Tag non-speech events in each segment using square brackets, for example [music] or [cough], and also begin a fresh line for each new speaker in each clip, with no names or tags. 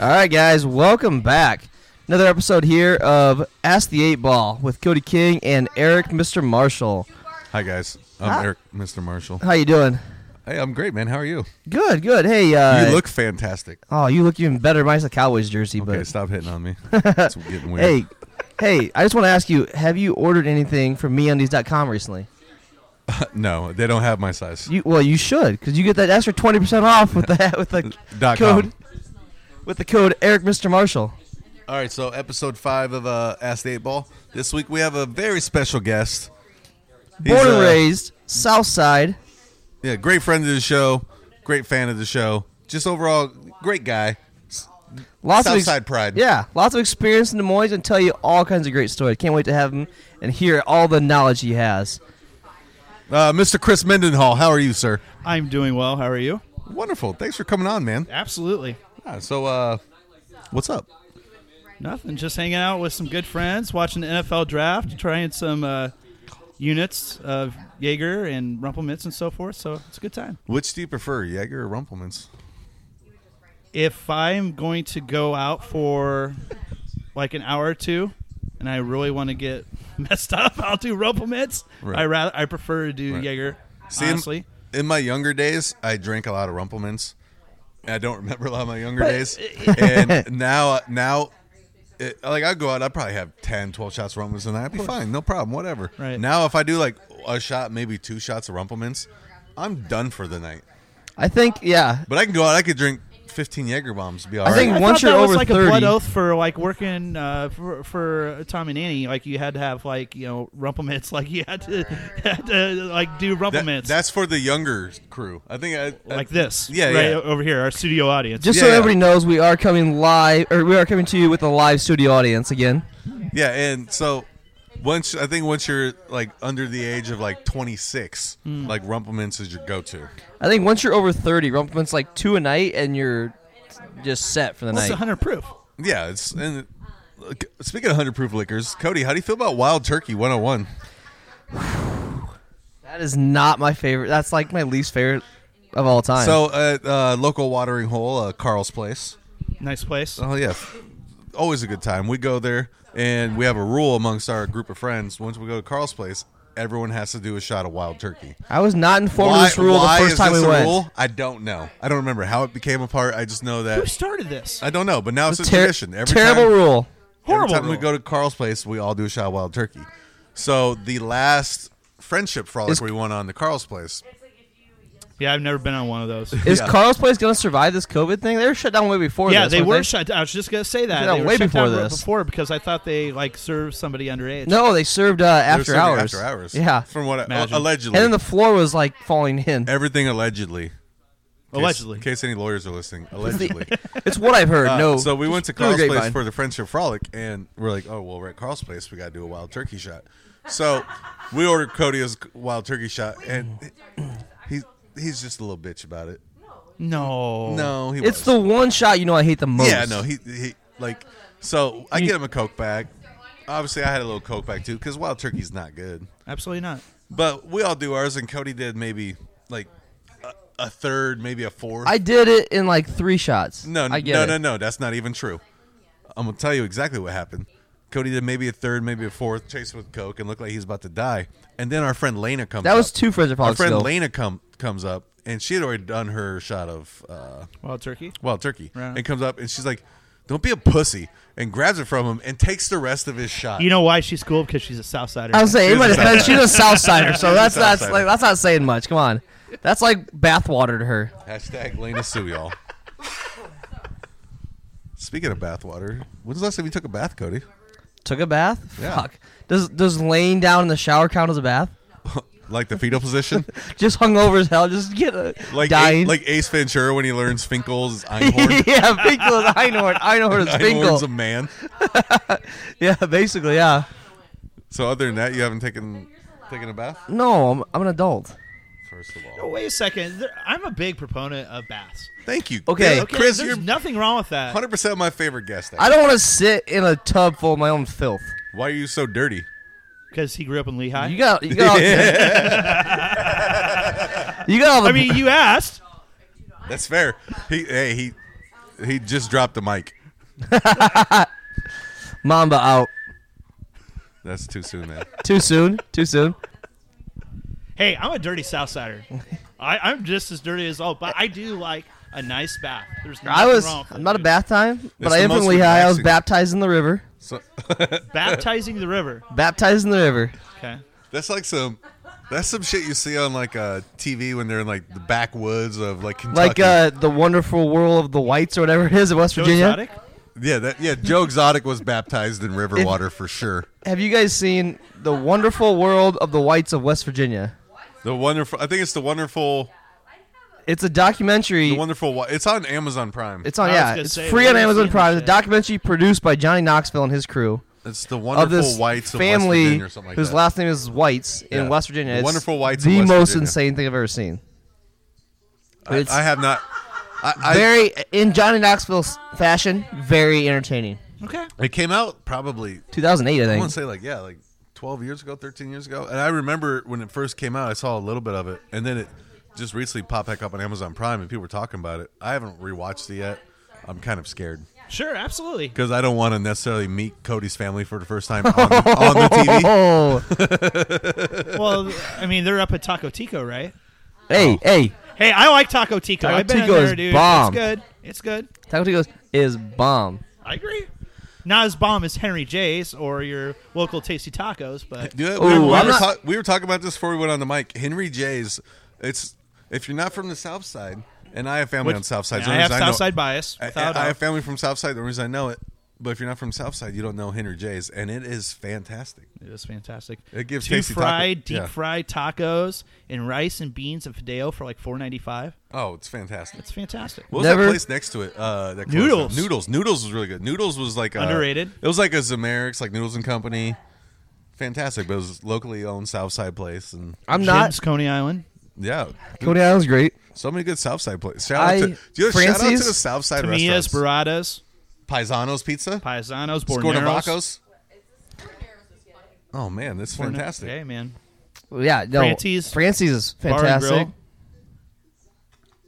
All right, guys, welcome back. Another episode here of Ask the Eight Ball with Cody King and Eric, Mr. Marshall.
Hi guys, I'm Eric, Mr. Marshall.
How you doing?
Hey, I'm great, man. How are you?
Good, good. Hey, uh,
you look fantastic.
Oh, you look even better. Mine's a Cowboys jersey,
Okay,
but
stop hitting
[laughs]
on me. It's getting weird.
hey, hey, I just want to ask you: Have you ordered anything from MeUndies.com recently?
[laughs] no, they don't have my size.
You well, you should because you get that extra twenty percent off with the [laughs] with the
Dot com.
code with the code Eric, Mr. Marshall.
All right, so episode five of uh, Ask the Eight Ball. This week we have a very special guest. He's,
Born and
uh,
raised South Side.
Yeah, great friend of the show, great fan of the show. Just overall, great guy.
Lots of
Southside pride.
Yeah, lots of experience in Des Moines and tell you all kinds of great stories. Can't wait to have him and hear all the knowledge he has.
Uh, Mr. Chris Mendenhall, how are you, sir?
I'm doing well. How are you?
Wonderful. Thanks for coming on, man.
Absolutely.
Yeah, so, uh, what's up?
Nothing. Just hanging out with some good friends, watching the NFL draft, trying some uh, units of Jaeger and Rumpelmintz and so forth. So it's a good time.
Which do you prefer, Jaeger or Rumplemans?
If I'm going to go out for like an hour or two and I really want to get [laughs] messed up, I'll do Rumpelmintz.
Right.
I rather I prefer to do
Right.
Jaeger.
See, in-
honestly.
In, my younger days, I drank a lot of Rumplemans. I don't remember a lot of my younger
uh,
days. and
[laughs]
now, now, it, like I go out, I probably have 10, 12 shots of Rumplemans, and I'd be fine, no problem, whatever.
Right.
Now, if I do like a shot, maybe two shots of Rumplemans, I'm done for the night.
I think, yeah,
But I can go out, I could drink fifteen Jaeger bombs, be all
I
right.
think
I
once
thought
you're
that
over
was like
30
a blood oath for like working uh, for, for Tom and Annie. Like you had to have like you know rumplements. [laughs] Like you had to, had to like do
That-
rumplements
that's for the younger crew. I think I, I-
like this.
Yeah,
right
yeah.
over here, our studio audience.
Just
Yeah,
so
yeah.
everybody knows, we are coming live, or we are coming to you with a live studio audience again.
Yeah, and so once I think once you're like under the age of like 26,
Hmm.
like Rumplemans is your go-to.
I think once you're over 30, Rumpleman's like two a night, and you're just set for the
That's
night.
100 proof.
Yeah, it's and look, speaking of 100 proof liquors, Cody, how do you feel about Wild Turkey 101?
That is not my favorite. That's like my least favorite of all time.
So at uh, local watering hole, uh, Carl's Place.
Nice place.
Oh yeah, always a good time. We go there, and we have a rule amongst our group of friends. Once we go to Carl's Place, everyone has to do a shot of Wild Turkey.
I was not informed of this rule the
why
first
is
time
this
we
a
went.
rule? I don't know. I don't remember how it became a part. I just know
Who
that.
started this?
I don't know, but now it's a
Ter-
tradition. Every
terrible
time,
rule.
Horrible.
Every time we
rule.
go to Carl's place, we all do a shot of wild turkey. So the last friendship frolic
Is-
we went on to Carl's place.
yeah, I've never been on one of those.
Is
Yeah.
Carl's Place going to survive this COVID thing? They were shut down way before
yeah,
this.
they
weren't
were shut. down. I was just gonna say that
Yeah,
they were
way
shut
before
down
this.
Before because I thought they like served somebody underage.
No, they served uh,
They're
after
serving
hours.
After hours.
Yeah.
From what I,
And
Imagine.
allegedly.
then the floor was like falling in.
everything allegedly. In case-
Allegedly.
In case any lawyers are
[laughs]
listening, allegedly.
It's what I've heard.
Uh,
no.
So we went to
just through
Carl's
the
place
grapevine.
for the friendship frolic, and we're like, oh well, we're at Carl's place. We got to do a wild turkey shot. So we ordered Cody a wild turkey shot, and he he's just a little bitch about it.
no,
No, he
It's
was.
the one shot you know I hate the most.
Yeah, no, he he like so I get him a Coke bag. Obviously, I had a little Coke bag too because wild turkey's not good.
absolutely not.
But we all do ours, and Cody did maybe like a, a third, maybe a fourth.
I did it in like three shots.
no,
I get
no,
it.
no, no, that's not even true. I'm gonna tell you exactly what happened. Cody did maybe a third, maybe a fourth, chased with Coke, and looked like he's about to die. And then our friend Lena comes.
That was
up.
two friends of
Our
Our
friend Lena come comes up, and she had already done her shot of. Uh,
Wild turkey.
wild turkey
Right.
and comes up and she's like don't be a pussy and grabs it from him and takes the rest of his shot
You know why she's cool? Because she's a Southsider.
I was saying, in my
She was a
defense,
[laughs]
she's a South Sider, so that's
South
that's
Sider.
like that's not saying much. Come on, that's like bathwater to her.
hashtag lena sue y'all speaking of bathwater when's the last time you took a bath cody
Took a bath.
Yeah.
Fuck. Does does laying down in the shower count as a bath?
like the
[laughs]
fetal position
Just hung over as hell. Just get a
like
dying.
A- like ace ventura when he learns
[laughs]
finkel's einhorn
yeah, Finkel is Einhorn. Einhorn is
[laughs] einhorn's
Finkel.
a man
yeah, basically, yeah.
so other than that you haven't taken taken a bath
No, I'm, I'm an adult.
first of
Oh,
all
wait a second. There- I'm a big proponent of baths.
thank you
Okay.
Yeah,
Okay,
chris
there's
you're
nothing wrong with that.
100% my favorite guest
I don't want to sit in a tub full of my own filth.
why are you so dirty
Because he grew up in Lehigh.
You got, you
[laughs]
got, you got all the. [laughs]
I mean, you asked.
That's fair. He hey he He just dropped the mic.
Mamba out.
That's too soon, man.
Too soon. Too soon.
Hey, I'm a dirty Southsider. I, I'm just as dirty as all, but I do like a nice bath. There's nothing
I was.
wrong with
I'm
it,
not a
dude.
bath time, but
It's
I
the
am
most
from Lehigh. I was
relaxing.
baptized in the river.
So [laughs]
Baptizing the river.
Baptized in the river.
Okay.
that's like some. That's some shit you see on like uh, TV when they're in like the backwoods of like
Like
Kentucky.
uh, the wonderful world of the whites or whatever it is in West
Joe
Virginia.
Exotic?
yeah, that, yeah. Joe Exotic was baptized in river water for sure.
Have you guys seen the wonderful world of the whites of West Virginia?
The wonderful. I think it's the wonderful.
It's a documentary.
The wonderful. Wa- It's on Amazon Prime. It's,
It's on.
I was
Yeah,
gonna
it's
say,
free
where
on
have you
Amazon
seen
Prime.
this
It's a
shit?
documentary produced by Johnny Knoxville and his crew
the
of
wonderful
this
whites of West
family
Virginia or something like
whose
that.
last name is Whites in
Yeah.
West Virginia.
The
It's
wonderful whites of
The
West
most
Virginia.
insane thing I've ever seen.
I-
It's
I, have not. I, I,
very in Johnny Knoxville's fashion. Very entertaining.
Okay.
It came out probably
2008, I
I
think.
want to say like yeah, like 12 years ago, 13 years ago. And I remember when it first came out, I saw a little bit of it, and then it just recently popped back up on Amazon Prime, and people were talking about it. I haven't rewatched it yet. I'm kind of scared
Sure, absolutely.
because I don't want to necessarily meet Cody's family for the first time on the, on the
[laughs]
TV.
Oh,
[laughs]
Well, I mean, they're up at Taco Tico, right?
Oh.
hey, hey!
Hey, I like Taco Tico.
Taco
I've been in
Tico
there,
is
dude.
bomb.
It's good. It's good.
Taco Tico's is bomb.
I agree. Not as bomb as Henry J's or your local Tasty Tacos, but
Dude,
Ooh,
we, were, we
I'm
were
not-
ta- we were talking about this before we went on the mic. Henry J's. It's if you're not from the South Side, and I have family on South Side.
Yeah,
so
I
the
have
reason know-
Southside bias.
I,
without a
I
doubt.
have family from Southside. The reason I know it, but if you're not from Southside, you don't know Henry J's, and it is fantastic.
It was fantastic.
It gives
two
tasty taco-
fried, deep
yeah.
fried tacos and rice and beans and fideo for like four ninety five.
Oh, it's fantastic.
It's fantastic.
What was
Never-
that place next to it? Uh, that closed
Noodles.
down? Noodles. Noodles was really good. Noodles was like a,
Underrated.
It was like a Zamerix, like Noodles and Company. Fantastic, but it was locally owned Southside place, and
I'm not.
Jim's Coney Island.
yeah,
Coney Island's great.
so many good Southside places. Shout
I-
out to do you know, shout out to
Francie's,
the Southside
Tamias,
restaurants.
Baradas,
Paisanos Pizza,
Paisanos, Borneros.
Scornavacos. Oh man, that's fantastic.
Hey, man.
Yeah, no.
Francie's.
Francie's is
Bar and
fantastic.
Grill.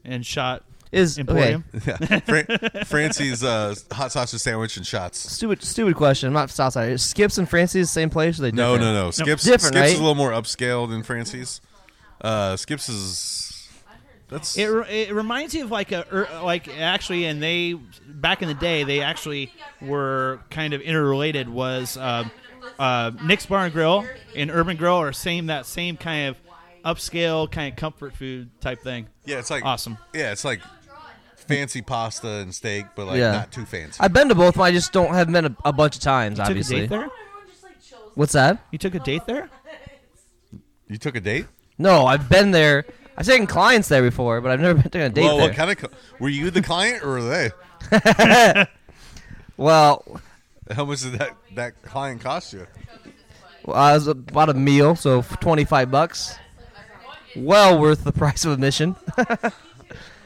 And shot.
Is okay.
Emporium.
[laughs] Yeah. Fran- Francie's uh, hot sausage sandwich and shots.
Stupid, stupid question. I'm not Southside. Is Skips and Francie's the same place? Or they
No,
different?
no, no. Skips
Different,
Skips
right?
is a little more upscale than Francie's. Uh, Skips is that's
It, re- it reminds me of like a er, like actually, and they back in the day they actually were kind of interrelated. Was um uh, Nick's Bar and Grill and Urban Grill are same that same kind of upscale kind of comfort food type thing.
yeah, it's like
awesome.
Yeah, it's like fancy pasta and steak, but like
Yeah.
not too fancy.
I've been to both. but I just don't have been a, a bunch of times.
You took a
Obviously.
date there.
What's that?
You took a date there.
you took a date?
No, I've been there. I've taken clients there before, but I've never been to a date
well,
there.
what kind of co- were you the client or were they?
well,
How much did that that client cost you?
I was about a meal, so f- 25 bucks. Well worth the price of admission. [laughs]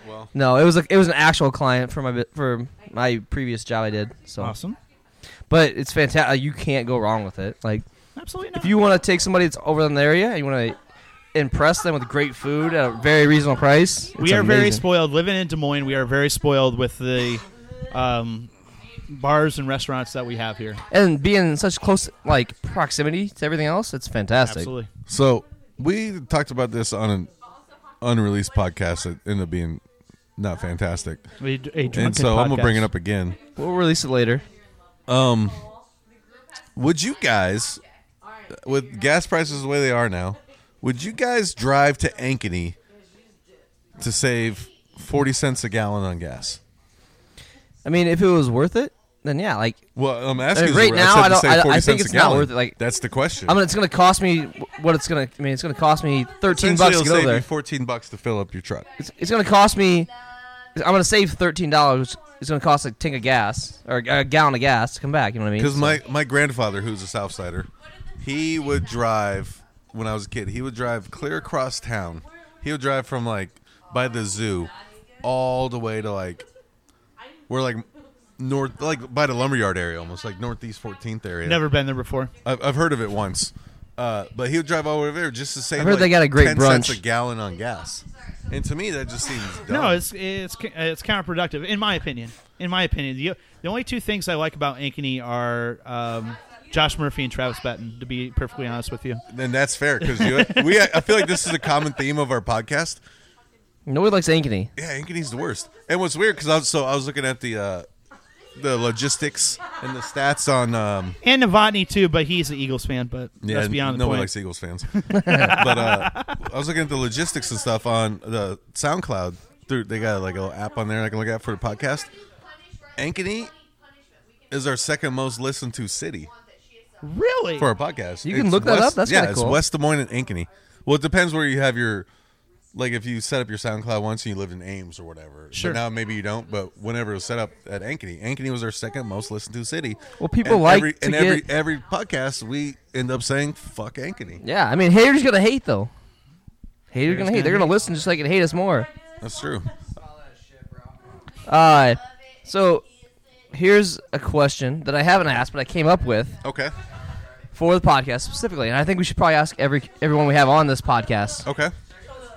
Well.
no, it was a, it was an actual client for my bi- for my previous job I did. So,
Awesome.
but it's fantastic. You can't go wrong with it. Like
Absolutely
if
not.
you want to take somebody that's over in the area and you want to impress them with great food at a very reasonable price, it's
we are very
amazing.
spoiled. Living in Des Moines, we are very spoiled with the um, bars and restaurants that we have here.
and being in such close like proximity to everything else, it's fantastic.
Absolutely.
So we talked about this on an unreleased podcast that ended up being not fantastic,
A, a drunken
and so I'm gonna bring it
podcast.
up again.
We'll release it later.
Um, would you guys, with gas prices the way they are now, would you guys drive to Ankeny to save forty cents a gallon on gas?
I mean, if it was worth it, then yeah. Like
Well, I'm asking.
Uh,
you,
right
said
now,
to
I don't-
save
I don't-
40
I think
cents a
it's not
gallon.
worth it, like-
that's the question.
I mean, it's gonna cost me wh- what it's gonna. I mean, it's gonna cost me thirteen
Essentially,
bucks to
it'll
get over
save you
there.
fourteen bucks to fill up your truck.
It's, it's gonna cost me. I'm gonna save thirteen dollars. It's gonna cost a tank of gas or a gallon of gas to come back. You know what I mean?
Because my my grandfather, who's a Southsider, he would drive when I was a kid. He would drive clear across town. He would drive from like by the zoo, all the way to like we're like north, like by the lumberyard area, almost like northeast 14th area.
Never been there before.
I've, I've heard of it once, uh, but he would drive all the way over there just to save.
I've heard
like,
they got a great
10 cents
brunch.
a gallon on gas. And to me, that just seems dumb.
No, it's it's it's counterproductive in my opinion. In my opinion, the the only two things I like about Ankeny are um, Josh Murphy and Travis Batten. To be perfectly honest with you,
and that's fair because we. I feel like this is a common theme of our podcast.
Nobody likes Ankeny.
Yeah, Ankeny's the worst. And what's weird because I was so I was looking at the uh, the logistics and the stats on. Um,
and Novotny too, but he's an Eagles fan. But
yeah,
that's beyond
no
the
one
point.
likes Eagles fans. but uh, I was looking at the logistics and stuff on the SoundCloud. Through they got like a little app on there I can look at for the podcast. Ankeny is our second most listened to city
really?
for our podcast.
You can look that
West-
up? That's
yeah,
kinda
it's
cool.
West Des Moines and Ankeny. Well, it depends where you have your. Like if you set up your SoundCloud once and you lived in Ames or whatever, But
Sure.
now maybe you don't, but whenever it was set up at Ankeny, Ankeny was our second most listened to city.
Well, people
and
like
every,
to
and
get-
every every podcast we end up saying fuck Ankeny.
Yeah, I mean, haters gonna hate though. Haters gonna hate.
gonna
They're gonna listen just like it hate us more.
That's true.
Uh, so here's a question that I haven't asked, but I came up with
Okay.
for the podcast specifically, and I think we should probably ask every everyone we have on this podcast.
Okay.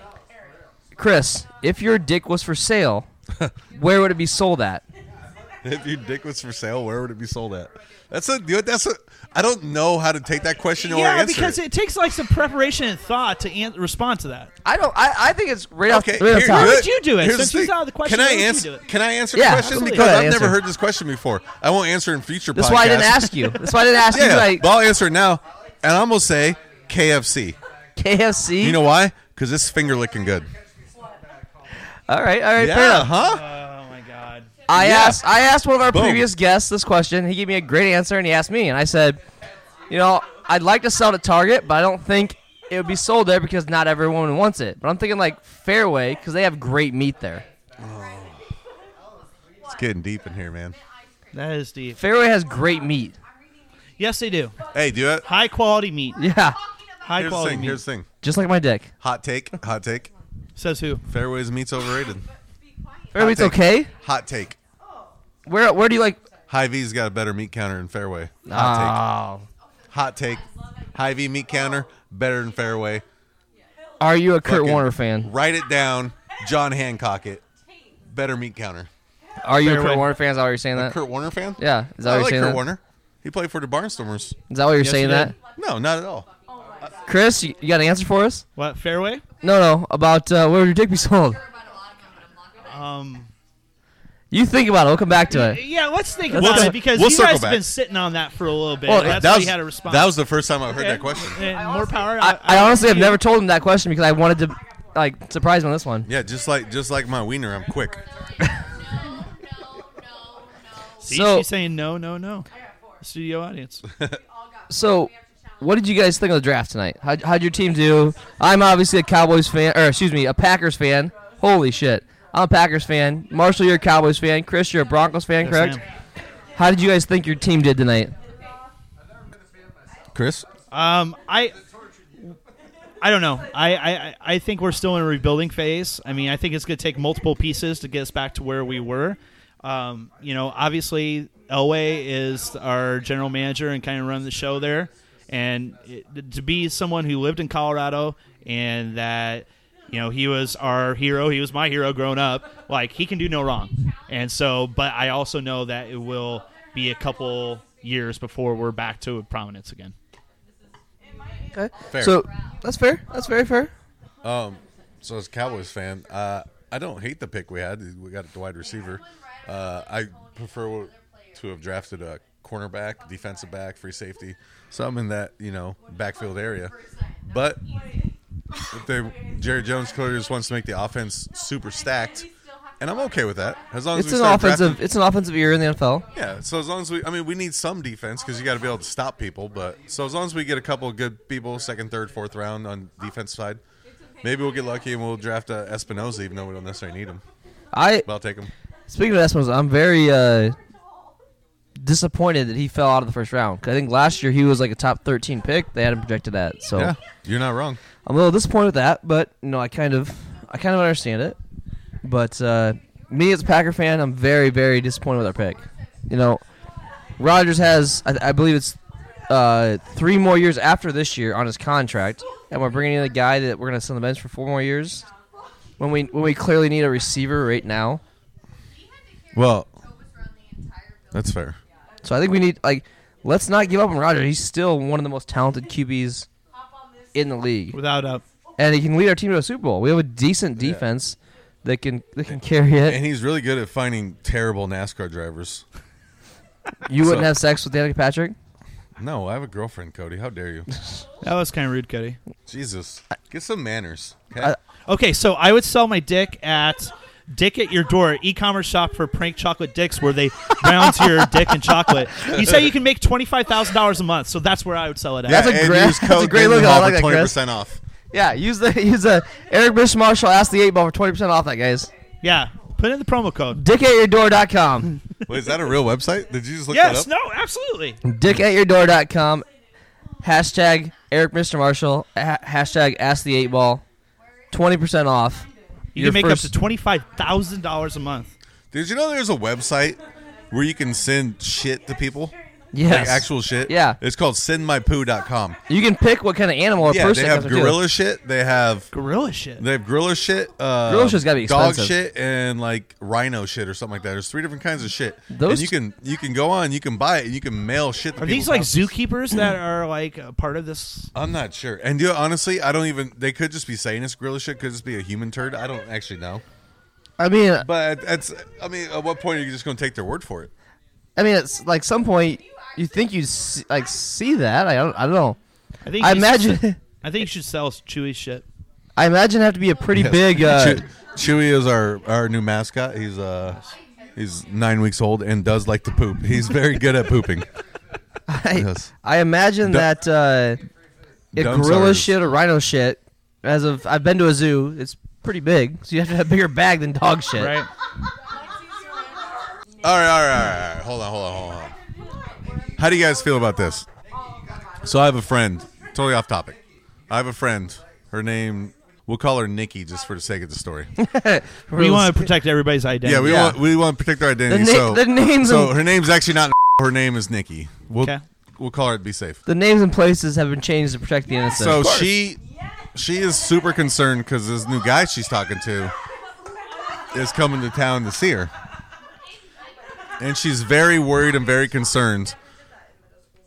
[laughs]
Chris, if your dick was for
[laughs]
sale, where would it be sold at?
If your dick was for sale, where would it be sold at? That's a dude. That's a. I don't know how to take that question or
yeah,
answer
because
it.
it takes like some preparation and thought to an- respond to that.
I don't. I, I think it's right off.
Okay,
right off
here-
top.
Why
here-
would you do it?
here's
Since
the
he's
thing.
out of the question,
can I
why would you
answer?
do it?
Can I answer
Yeah,
the question?
absolutely.
Because
Go
I've
ahead,
never
answer.
heard this question before. I won't answer in future.
That's why I didn't
podcasts.
ask you. That's why I didn't
[laughs]
ask you.
Yeah,
Like
but I'll answer now, and I'm gonna say KFC.
KFC.
You know why? Because it's finger licking good.
all right, all right, fair
Yeah,
enough.
huh?
Oh my god.
I
Yeah.
asked I asked one of our
Boom.
previous guests this question. He gave me a great answer, and he asked me, and I said, you know, I'd like to sell to Target, but I don't think it would be sold there because not everyone wants it. But I'm thinking like Fairway because they have great meat there.
It's getting deep in here, man.
That is deep.
Fairway has great
[laughs]
meat.
Yes, they do.
Hey, do it.
High quality meat.
Yeah,
High
Here's the
quality
thing.
meat.
Here's the thing.
just like my dick.
Hot take. Hot take.
Says who?
Fairways meat's overrated.
Fairway meat's
take.
okay.
Hot take.
Where where do you like?
High V's got a better meat counter than Fairway. Hot take.
Oh,
Hot take. High V meat counter better than fairway.
are you a Kurt
Fucking
Warner fan?
Write it down. John Hancock it. Better meat counter.
Are you a
Fairway.
Kurt Warner fan? Is that why you're saying that?
Kurt Warner fan?
Uh, Yeah, is that
I
what you're
like
saying?
Kurt
that?
Warner. He played for the Barnstormers.
Is that why you're saying
he
that?
did.
No, not at all.
Chris, you, you got an answer for us?
What fairway?
No, no. About uh, where would your dick be sold?
Um.
You think about it. We'll come back to it.
Yeah, let's think
Let's
about
go-
it because
we'll
you
circle
guys
back.
have been sitting on that for a little bit.
Well,
That's
that
why
was,
you had a response.
that was the first time I've heard that question.
And Eh, more power.
I, I honestly have never told him that question because I wanted to like surprise him on this one.
Yeah, just like just like my wiener, I'm quick.
See,
So-
she's saying no, no, no. Studio audience.
So, what did you guys think of the draft tonight? How how'd your team do? I'm obviously a Cowboys fan, or excuse me, a Packers fan. Holy shit, I'm a Packers fan. Marshall, you're a Cowboys fan. Chris, you're a Broncos fan, correct? How did you guys think your team did tonight?
Chris?
Um, I, I don't know. I, I, I- I think we're still in a rebuilding phase. I mean, I think it's going to take multiple pieces to get us back to where we were. Um, you know, obviously Elway is our general manager and kind of run the show there. And it, to be someone who lived in Colorado and that, you know, he was our hero. He was my hero growing up. Like he can do no wrong. And so, but I also know that it will be a couple years before we're back to prominence again.
Okay.
Fair.
So that's fair. That's very fair.
Um, so as a Cowboys fan, uh, I don't hate the pick we had. We got the wide receiver. Uh, I prefer to have drafted a cornerback, defensive back, free safety, some in that you know backfield area. But if they, Jerry Jones clearly just wants to make the offense super stacked, and I'm okay with that as long as
It's
we
an
start
offensive.
drafting-
It's an offensive year in the NFL.
yeah, so as long as we, I mean, we need some defense because you got to be able to stop people. But so as long as we get a couple of good people, second, third, fourth round on defense side, maybe we'll get lucky and we'll draft uh, Espinoza, even though we don't necessarily need him.
I
But I'll take him.
Speaking of Eskimos, I'm very uh, disappointed that he fell out of the first round. 'Cause I think last year he was like a top 13 pick. They had him projected at, so
Yeah, you're not wrong.
I'm a little disappointed with that. But you know, I kind of, I kind of understand it. But uh, me as a Packer fan, I'm very, very disappointed with our pick. You know, Rodgers has, I, I believe it's uh, three more years after this year on his contract, and we're bringing in a guy that we're going to sit on the bench for four more years. when we when we clearly need a receiver right now.
Well, that's fair.
So I think we need like let's not give up on Roger. He's still one of the most talented QBs in the league,
without a
and he can lead our team to a Super Bowl. We have a decent defense that can that can carry it.
And he's really good at finding terrible NASCAR drivers.
You wouldn't have sex with Danica Patrick.
No, I have a girlfriend, Cody. How dare
[laughs]
you?
that was kind of rude, Cody.
Jesus, get some manners. okay?
I-
Okay, so I would sell my dick at Dick at Your Door, e-commerce shop for prank chocolate dicks, where they [laughs] round to your dick and chocolate. You say you can make twenty five thousand dollars a month, so that's where I would sell it at.
That's a
and
great-
use
[laughs] that's a
code
great look. I
Mendenhall
like
for
that, Chris.
20% off.
Yeah, use the [laughs] use the Eric Bish Marshall ask the eight ball for twenty percent off that guys.
yeah, put in the promo
[laughs]
code.
Dickatyourdoor.com.
Wait, is that a real website? Did you just look
Yes,
that up?
no, absolutely.
Dickatyourdoor.com. Hashtag Eric Mr. Marshall. Ha- hashtag ask the eight ball. Twenty percent off.
You
Your
can make
first-
up to twenty five thousand dollars a month.
Did you know there's a website where you can send shit to people?
Yes.
Like actual shit?
Yeah.
It's called sendmypoo.com.
You can pick what kind of animal or
Yeah,
person it
they have
comes with, too.
gorilla shit. They have
Gorilla shit.
they have gorilla shit. Uh,
Gorilla shit's gotta be
dog
expensive.
shit and like rhino shit or something like that. There's three different kinds of shit.
Those-
and you can you can go on, you can buy it, and you can mail shit. To
Are these
people's
like
houses.
zookeepers that are like a part of this?
I'm not sure. And you know, honestly, I don't even. They could just be saying it's gorilla shit. Could just be a human turd. I don't actually know.
I mean,
But that's. I mean, at what point are you just going to take their word for it?
I mean, it's like some point you think you see, like see that. I don't. I don't know.
I think
I
you should-
imagine.
I think you should sell Chewy shit.
I imagine it have to be a pretty
[laughs]
big. Uh,
Chew- Chewy is our our new mascot. He's uh he's nine weeks old and does like to poop. He's very good at
[laughs]
pooping.
I,
Yes.
I imagine
Du-
that uh, if
Dumb
gorilla
size.
shit or rhino shit, as of I've been to a zoo, it's pretty big, so you have to have a bigger bag than dog shit.
Right.
All right, all right, all right, all right. Hold on, hold on, hold on. How do you guys feel about this? So I have a friend, totally off topic. I have a friend. Her name, we'll call her Nikki just for the sake of
[laughs]
the story.
We want to protect everybody's identity.
Yeah, we
Yeah.
want we want to protect our identity.
The na-
so
the names
So
and-
her name's actually not. Her name is Nikki. We'll
Okay.
we'll call her. to Be safe.
the names and places have been changed to protect the innocent.
So she she is super concerned because this new guy she's talking to is coming to town to see her, and she's very worried and very concerned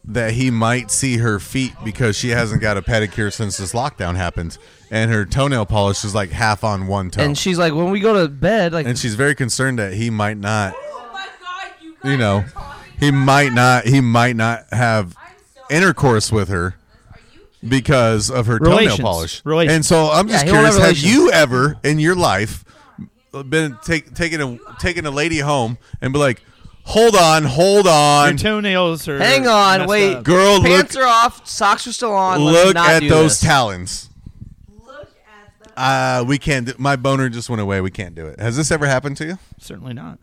that he might see her feet because she hasn't got a pedicure since this lockdown happened, and her toenail polish is like half on one toe,
and she's like, when we go to bed, like
and she's very concerned that he might not
Oh my god, you guys
you know,
are talking
he might not he might not have intercourse with her because of her toenail
Relations.
polish.
Relations.
And so I'm just
Yeah, he'll have
curious: Have
relations.
you ever in your life been take, taking a taking a lady home and be like, "Hold on, hold
Your
on,
toenails are.
hang on,
messed
wait,
up.
Girl,
pants
look-
are off, socks are still on. let's
look
not
at
do
those
this.
talons."
Look at the
Uh, we can't. Do, my boner just went away. We can't do it. Has this ever happened to you,
Certainly not.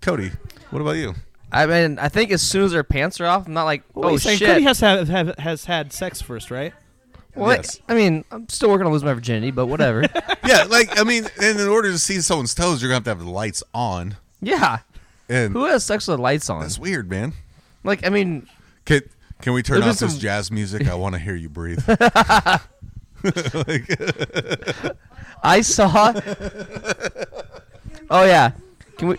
Cody? What about
[laughs]
you?
I mean, I think as soon as their pants are off, I'm not like, oh
Wait,
shit.
Cody has to have, have, has had sex first, right?
Well,
Yes.
I mean, I'm still working on losing my virginity, but whatever.
Yeah, like I mean, and in order to see someone's toes, you're gonna have to have the lights on.
[laughs] yeah.
And
Who has sex with the lights on?
that's weird, man.
Like, I mean,
Can, can we turn
There's
off
been
this
some-
jazz music? I want to hear
[laughs]
you breathe. [laughs]
I [laughs] saw. oh yeah, can we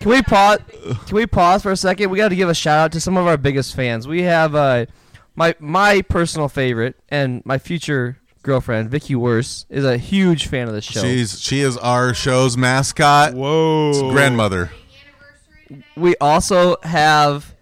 can we pause? Can we pause for a second? We got to give a shout out to some of our biggest fans. We have uh, my my personal favorite and my future girlfriend Vicky Worse is a huge fan of the show.
She's she is our show's mascot,
Whoa.
grandmother.
We also have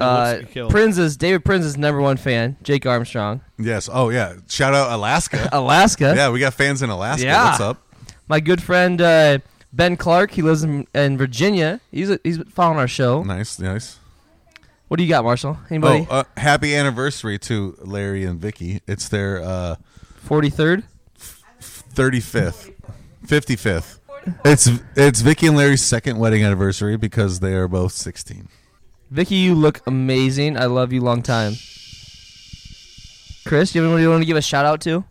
uh,
looks like kill.
Prince's David Prince's number one fan Jake Armstrong,
Yes. Oh yeah. Shout out Alaska.
[laughs] Alaska.
yeah, we got fans in Alaska.
Yeah.
What's up?
My good friend uh, Ben Clark, he lives in, in Virginia. He's a, he's following our show.
Nice, nice.
What do you got, Marshall?
Oh,
Anybody?
uh, happy anniversary to Larry and Vicky. It's their uh,
43rd?
35th, 55th. It's it's Vicky and Larry's second wedding anniversary because they are both 16.
Vicky, you look amazing. I love you long time. Chris, do you have anybody you want to give a shout out to?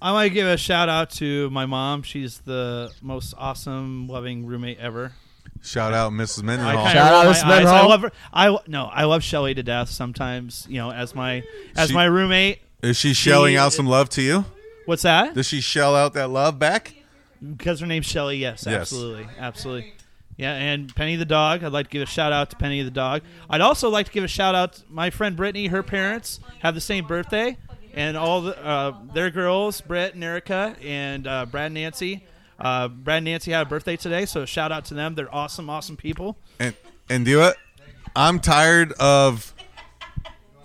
I want to give a shout out to my mom. She's the most awesome, loving roommate ever.
Shout out Mrs.
I
Mendenhall.
kinda
Shout
roll
out to
my
Sven
eyes. I
Hall.
love her. I no, I love Shelly to death. Sometimes, you know, as my as
She-
my roommate.
Is she showing out some love to you?
What's that?
Does she shell out that love back?
Because her name's Shelly, yes,
Yes.
absolutely, absolutely. Yeah, and Penny the dog. I'd like to give a shout out to Penny the dog. I'd also like to give a shout out to my friend Brittany. Her parents have the same birthday, and all the, uh, their girls, Britt and Erica, and uh, Brad and Nancy. Uh, Brad and Nancy had a birthday today, so shout out to them. They're awesome, awesome people.
And and do it. I'm tired of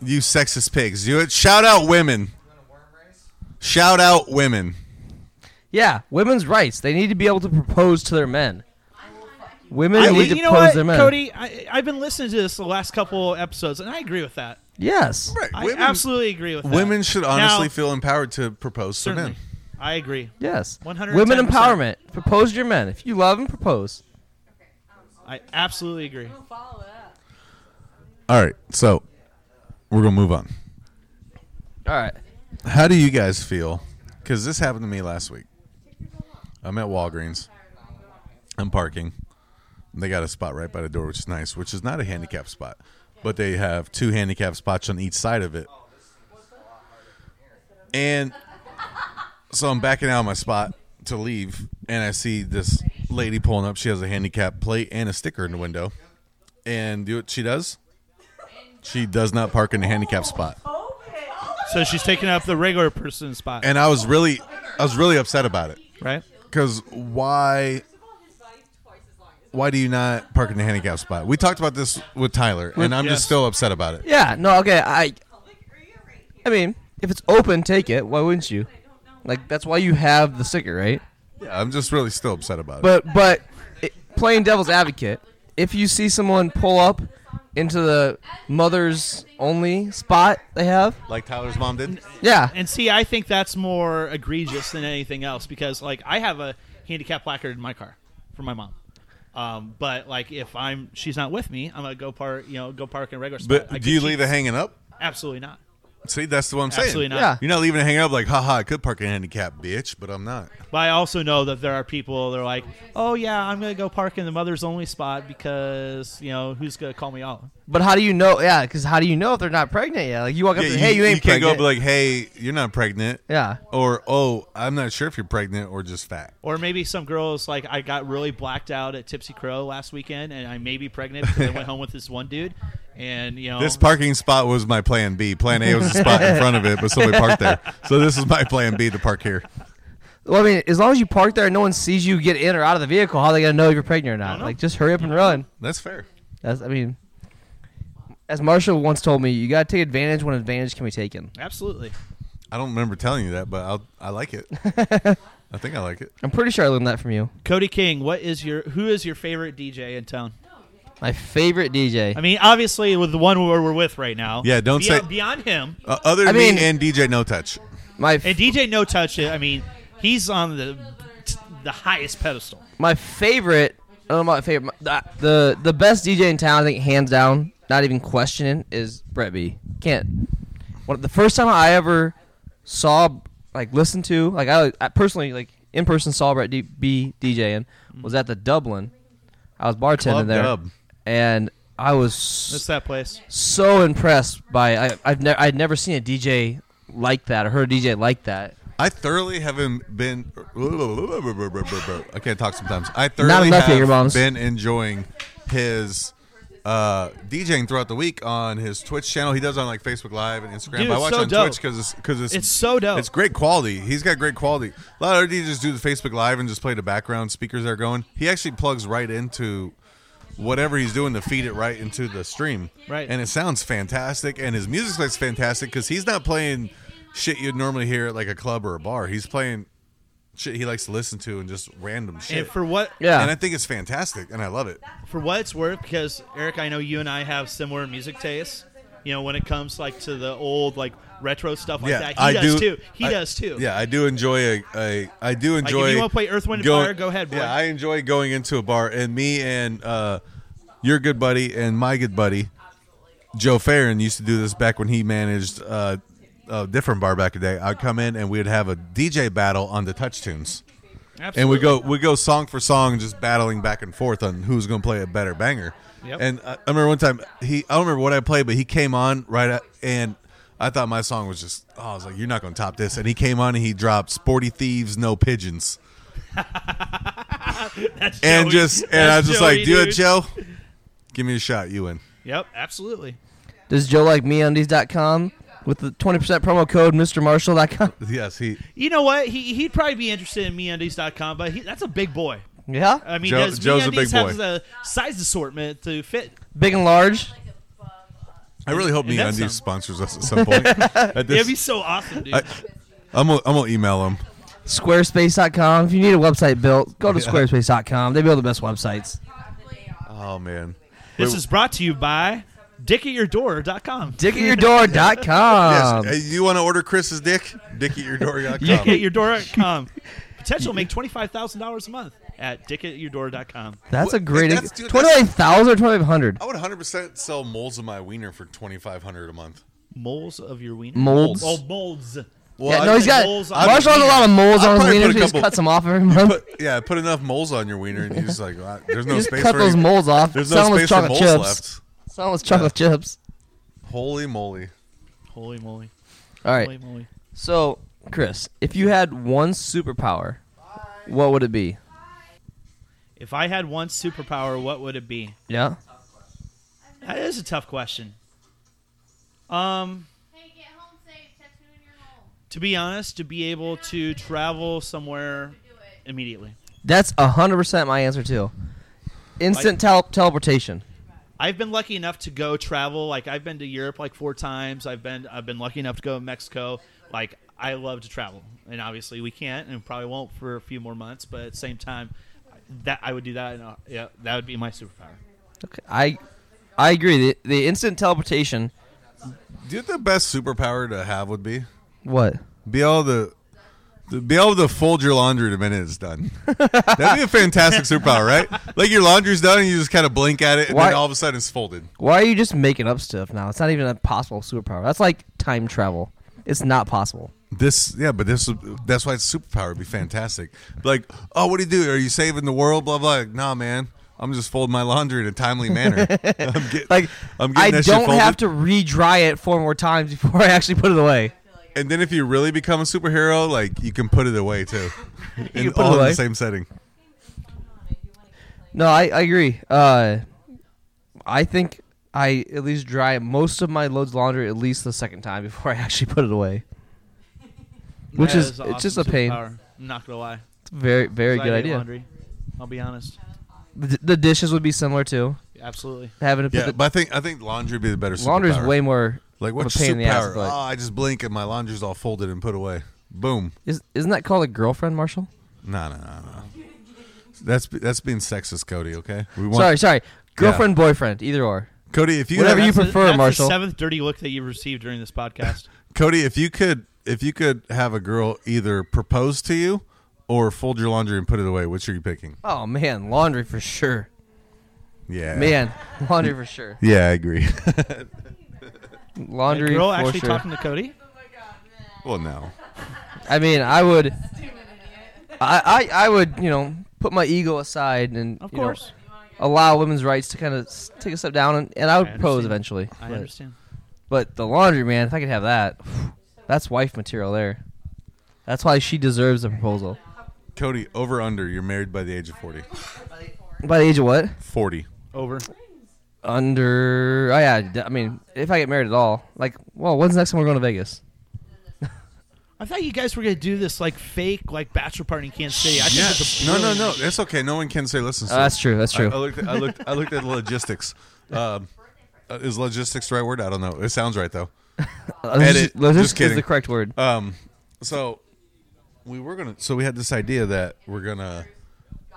you sexist pigs. Do it. Shout out women. Shout out women.
Yeah, women's rights. They need to be able to propose to their men. Women
I-
need to
you know
propose
what,
their men.
Cody? I, I've been listening to this the last couple episodes, and I agree with that.
Yes.
Right.
I
women,
absolutely agree with that.
women should honestly
Now-
feel empowered to propose to
Certainly,
men.
I agree.
Yes.
110%.
Women empowerment. Propose to your men. If you love them, propose.
I absolutely agree.
Follow up.
All right. So we're gonna move on.
All right.
How do you guys feel? Because this happened to me last week. I'm at Walgreens. I'm parking. They got a spot right by the door, which is nice, which is not a handicap spot, but they have two handicap spots on each side of it. And so I'm backing out of my spot to leave, and I see this lady pulling up. She has a handicap plate and a sticker in the window. And do what she does? She does not park in the handicap spot.
So she's taking up the regular person spot,
and I was really, I was really upset about it
right?
because why, why do you not park in the handicap spot? We talked about this with Tyler, and I'm
Yes.
just still upset about it.
Yeah. No. Okay. I. I mean, if it's open, take it. Why wouldn't you? Like that's why you have the sticker, right?
Yeah, I'm just really still upset about it.
But but it, playing devil's advocate, if you see someone pull up into the mother's only spot they have,
Like Tyler's mom did.
yeah,
And see, I think that's more egregious than anything else because, like, I have a handicap placard in my car for my mom. Um, but like, if I'm she's not with me, I'm gonna go park, you know, go park in a regular spot.
But
I
do
could
you
cheat.
leave it hanging up?
Absolutely not.
See, that's what I'm saying.
Absolutely not.
Yeah.
You're not leaving it hanging up. Like, haha, I could park in a handicap, bitch, but I'm not.
But I also know that there are people that are like, oh yeah, I'm gonna go park in the mother's only spot because you know who's gonna call me out?
But how do you know? Yeah, because how do you know if they're not pregnant yet? Like you walk up,
Yeah,
to, hey, you ain't
you can't go
pregnant.
up like, hey, you're not pregnant.
yeah,
Or oh, I'm not sure if you're pregnant or just fat.
Or maybe some girls like I got really blacked out at Tipsy Crow last weekend, and I may be pregnant because
[laughs]
I went home with this one dude, and you know
This parking spot was my plan B. Plan A was the spot in front of it, but somebody parked there. So this is my plan B to park here.
Well, I mean, as long as you park there and no one sees you get in or out of the vehicle, how are they gonna know if you're pregnant or not?
know.
Like, just hurry up and run.
That's fair.
That's, I mean, as Marshall once told me, you gotta take advantage when advantage can be taken.
absolutely.
I don't remember telling you that, but I'll, I like it. I think I like it.
I'm pretty sure I learned that from you.
Cody King, what is your who is your favorite DJ in town?
My favorite DJ.
I mean, obviously with the one where we're with right now.
Yeah, don't
beyond,
say-
beyond him
Uh, other than
I mean-
me and DJ No Touch.
My
and
f-
DJ No Touch. I mean, he's on the the highest pedestal.
my favorite. Oh, my favorite. My, the the best DJ in town, I think, hands down, not even questioning, is Brett B. Can't. One, the first time I ever saw, like, listened to, like, I, I personally, like, in person saw Brett D- B DJing was at the Dublin. I was bartending
Mm-hmm. Club
there,
Dub.
and I was
What's that place?
so impressed by I, I've never I'd never seen a DJ like that or heard a DJ like that.
I thoroughly haven't been. I can't talk sometimes. I
Not
thoroughly
enough
have
here, moms.
been enjoying his uh, DJing throughout the week on his Twitch channel. He does on like Facebook Live and Instagram.
Dude,
but I
it's
watch
so
on
dope.
Twitch because it's because it's
It's so dope.
It's great quality. He's got great quality. A lot of other DJs do the Facebook Live and just play the background speakers that are going. He actually plugs right into whatever he's doing to feed it right into the stream.
Right.
And it sounds fantastic, and his music looks fantastic because he's not playing shit you'd normally hear at like a club or a bar. He's playing shit he likes to listen to and just random shit.
And for what
Yeah,
And I think it's fantastic, and I love it.
for what it's worth, because Eric, I know you and I have similar music tastes. You know, when it comes like to the old like retro stuff like
yeah,
that, he
I
does
do.
too. He
I-
does too.
Yeah, I do enjoy a. a I do
Like
enjoy.
if you want to play Earth, Wind, and
Go-
Fire, go ahead, boy.
Yeah, I enjoy going into a bar, and me and uh, your good buddy and my good buddy Joe Farron used to do this back when he managed uh, a different bar back in the day. I'd come in and we'd have a DJ battle on the touch tunes,
Absolutely.
and we go we go song for song, just battling back and forth on who's going to play a better banger.
Yep.
And I, I remember one time he I don't remember what I played, but he came on right at, and. I thought my song was just. Oh, I was like, you're not gonna top this. And he came on and he dropped "Sporty Thieves, No Pigeons,"
That's
and
Joey. [laughs]
just and I was
That's
just
Joey,
like, do it,
dude.
Joe. Give me a shot. You win.
Yep, absolutely.
Does Joe like MeUndies.com with the 20% promo code MrMarshall.com?
Yes, he.
You know what? He he'd probably be interested in MeUndies.com, but he, that's a big boy.
[laughs] Yeah?
I mean,
Joe-
does
Joe's a
MeUndies
big boy.
has a size assortment to fit?
Big and large?
I really hope
And that's
MeUndies
some-
sponsors us at some
[laughs]
point. At
It'd
this-
be so awesome, dude.
I, I'm gonna I'm gonna email him.
Squarespace.com. If you need a website built, go to squarespace.com. They build the best websites.
Oh man.
this
Wait,
is brought to you by
[laughs]
DickAtYourDoor.com.
DickAtYourDoor.com.
Yes, uh, you want to order Chris's dick? Dick at your door.
[laughs] DickAtYourDoor.com. Potential make twenty five thousand dollars a month at DickAtYourDoor.com.
That's a
Wha-
great.
that's- dude, that's- Oh,
28,000 or 2,500?
I would 100% sell molds of my wiener for 2500 a month.
Moles of your wiener.
Molds.
Oh, molds.
Well,
yeah, no, he's got.
moles on
Marshall has a
his
lot of moles
I'll
on his
probably
wiener.
put a
so He just
couple-
cuts them off every month.
Put, yeah, put enough moles on your wiener, and you're just like, "Ah, there's no
Just
space
cut
for
those
any-
moles off.
There's
Sell
no
'em with
space for
chocolate
moles
chips.
left.
Sell him chocolate chips.
Holy moly!
Holy moly!
All right.
Holy moly!
So, Chris, if you had one superpower, what would it be?
If I had one superpower, what would it be?
Yeah.
That is a tough question. Um,
Hey, get home safe. Text me when you're home.
to be honest, to be able to travel somewhere immediately.
That's 100% my answer, too. Instant tel- teleportation.
I've been lucky enough to go travel. Like I've been to Europe like four times. I've been I've been lucky enough to go to Mexico. Like I love to travel, and obviously we can't and probably won't for a few more months. But at the same time, that I would do that. And uh, yeah, that would be my superpower.
Okay. I I agree. The, the instant teleportation.
Do you know what the best superpower to have would be
What?
be able to, to be able to fold your laundry the minute it's done. That'd be a fantastic superpower, right? Like your laundry's done, and you just kind of blink at it, and
Why-
then all of a sudden it's folded.
Why are you just making up stuff now? It's not even a possible superpower. That's like time travel. It's not possible.
This, yeah, but this, that's why it's superpower. It'd be fantastic. Like, oh, what do you do? Are you saving the world? Blah blah. Nah, man, I'm just folding my laundry in a
[laughs]
timely manner. I'm get,
Like
I'm getting
I
that shit
don't
folded.
have to re-dry it four more times [laughs] before I actually put it away.
And then if you really become a superhero, like you can put it away
[laughs]
too,
can put
in
it
all in
away.
the same setting.
No, I, I agree. Uh, I think I at least dry most of my loads of laundry at least the second time before I [laughs] actually put it away. Which
That
is,
an
it's just a
awesome
pain.
superpower. I'm not gonna lie.
It's a very very
'Cause I
good
hate
idea.
Laundry. I'll be honest.
The, the dishes would be similar too.
Absolutely.
Having to put
Yeah,
the
but I think I think laundry would be the better.
laundry's
superpower.
way more
like
of
what
a pain in the ass.
superpower?
But
oh, I just blink and my laundry's all folded and put away. Boom.
is, isn't that called a girlfriend, Marshall?
No, no, no, no. That's that's being sexist, Cody. Okay. We want,
Sorry, sorry. Girlfriend, boyfriend, either or.
Cody. If you
Whatever
have-
you
That's the-
prefer,
that's
Marshall?
The seventh dirty look that you've received during this podcast.
Cody, if you could, if you could have a girl either propose to you or fold your laundry and put it away, which are you picking?
Oh man, laundry for sure.
Yeah,
Man, [laughs] laundry for sure.
Yeah, I agree. [laughs]
Laundry
girl
for
actually
sure.
talking to Cody.
well, no.
I mean, I would, I, I, I would, you know, put my ego aside and
Of
you know,
course.
allow women's rights to kind of take a step down, and, and I would
I
propose
understand.
eventually.
I
but,
understand.
but the laundry, man, if I could have that, [sighs] that's wife material there. That's why she deserves a proposal.
Cody, over under. You're married by the age of forty.
By the age of what?
Forty.
Over.
Under, oh yeah, d- I mean, if I get married at all, like, well, when's the next time we're going to Vegas?
I thought you guys were gonna do this like fake like bachelor party in Kansas City. I think it's
Yes.
a
No, no, no. That's okay. No one can say listen.
Oh, that's true. That's
I,
true.
I looked. At, I looked. I looked
[laughs]
at logistics. Um, uh, is logistics the right word? I don't know. It sounds right though.
Uh, this is-
edit.
this
Just
is the
kidding.
correct word.
Um, so we were gonna. So we had this idea that we're gonna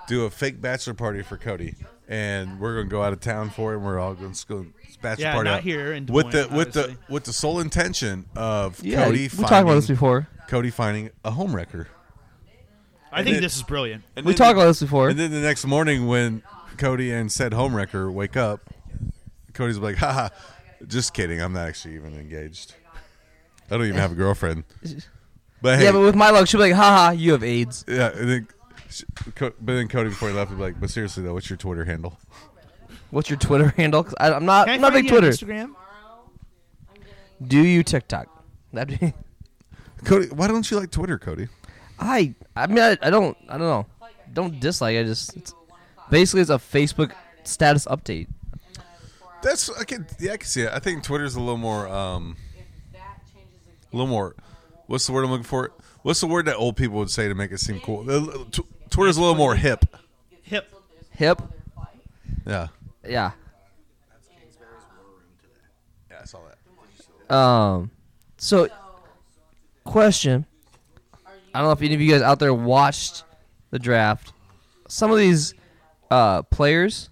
do a fake bachelor party for Cody, and we're gonna go out of town for it. and We're all gonna s- go bachelor
Yeah,
party
not
out.
here in Des
with the
Moines,
with the
obviously.
with the sole intention of
Yeah,
Cody.
we
finding,
talked about this before.
Cody finding a homewrecker.
I think
it-
this is brilliant.
We talked about this before.
And then the next morning, when Cody and said homewrecker wake up, Cody's like, "Ha ha, just kidding. I'm not actually even engaged. I don't even have
[laughs]
a girlfriend." But hey,
Yeah, but with my luck, she'll be like, haha, you have AIDS.
yeah, and then, sh- Co- but then Cody before he left, he'd be like, "But seriously though, what's your Twitter handle?"
What's [laughs] your Uh, Twitter handle? 'Cause I, I'm not.
Can I
I'm not
find
big
you on
Twitter.
Instagram?
Do you TikTok? That'd be. [laughs]
Cody, why don't you like Twitter, Cody?
I I mean I, I don't I don't know. Don't dislike. it, I just it's, basically it's a Facebook status update.
That's I can yeah I can see it. I think Twitter's a little more um, a little more. What's the word I'm looking for? What's the word that old people would say to make it seem cool? Uh, tw- Twitter's a little more hip.
Hip.
Hip.
Yeah,
Yeah.
yeah, I saw that.
Um. So, question. I don't know if any of you guys out there watched the draft. Some of these uh, players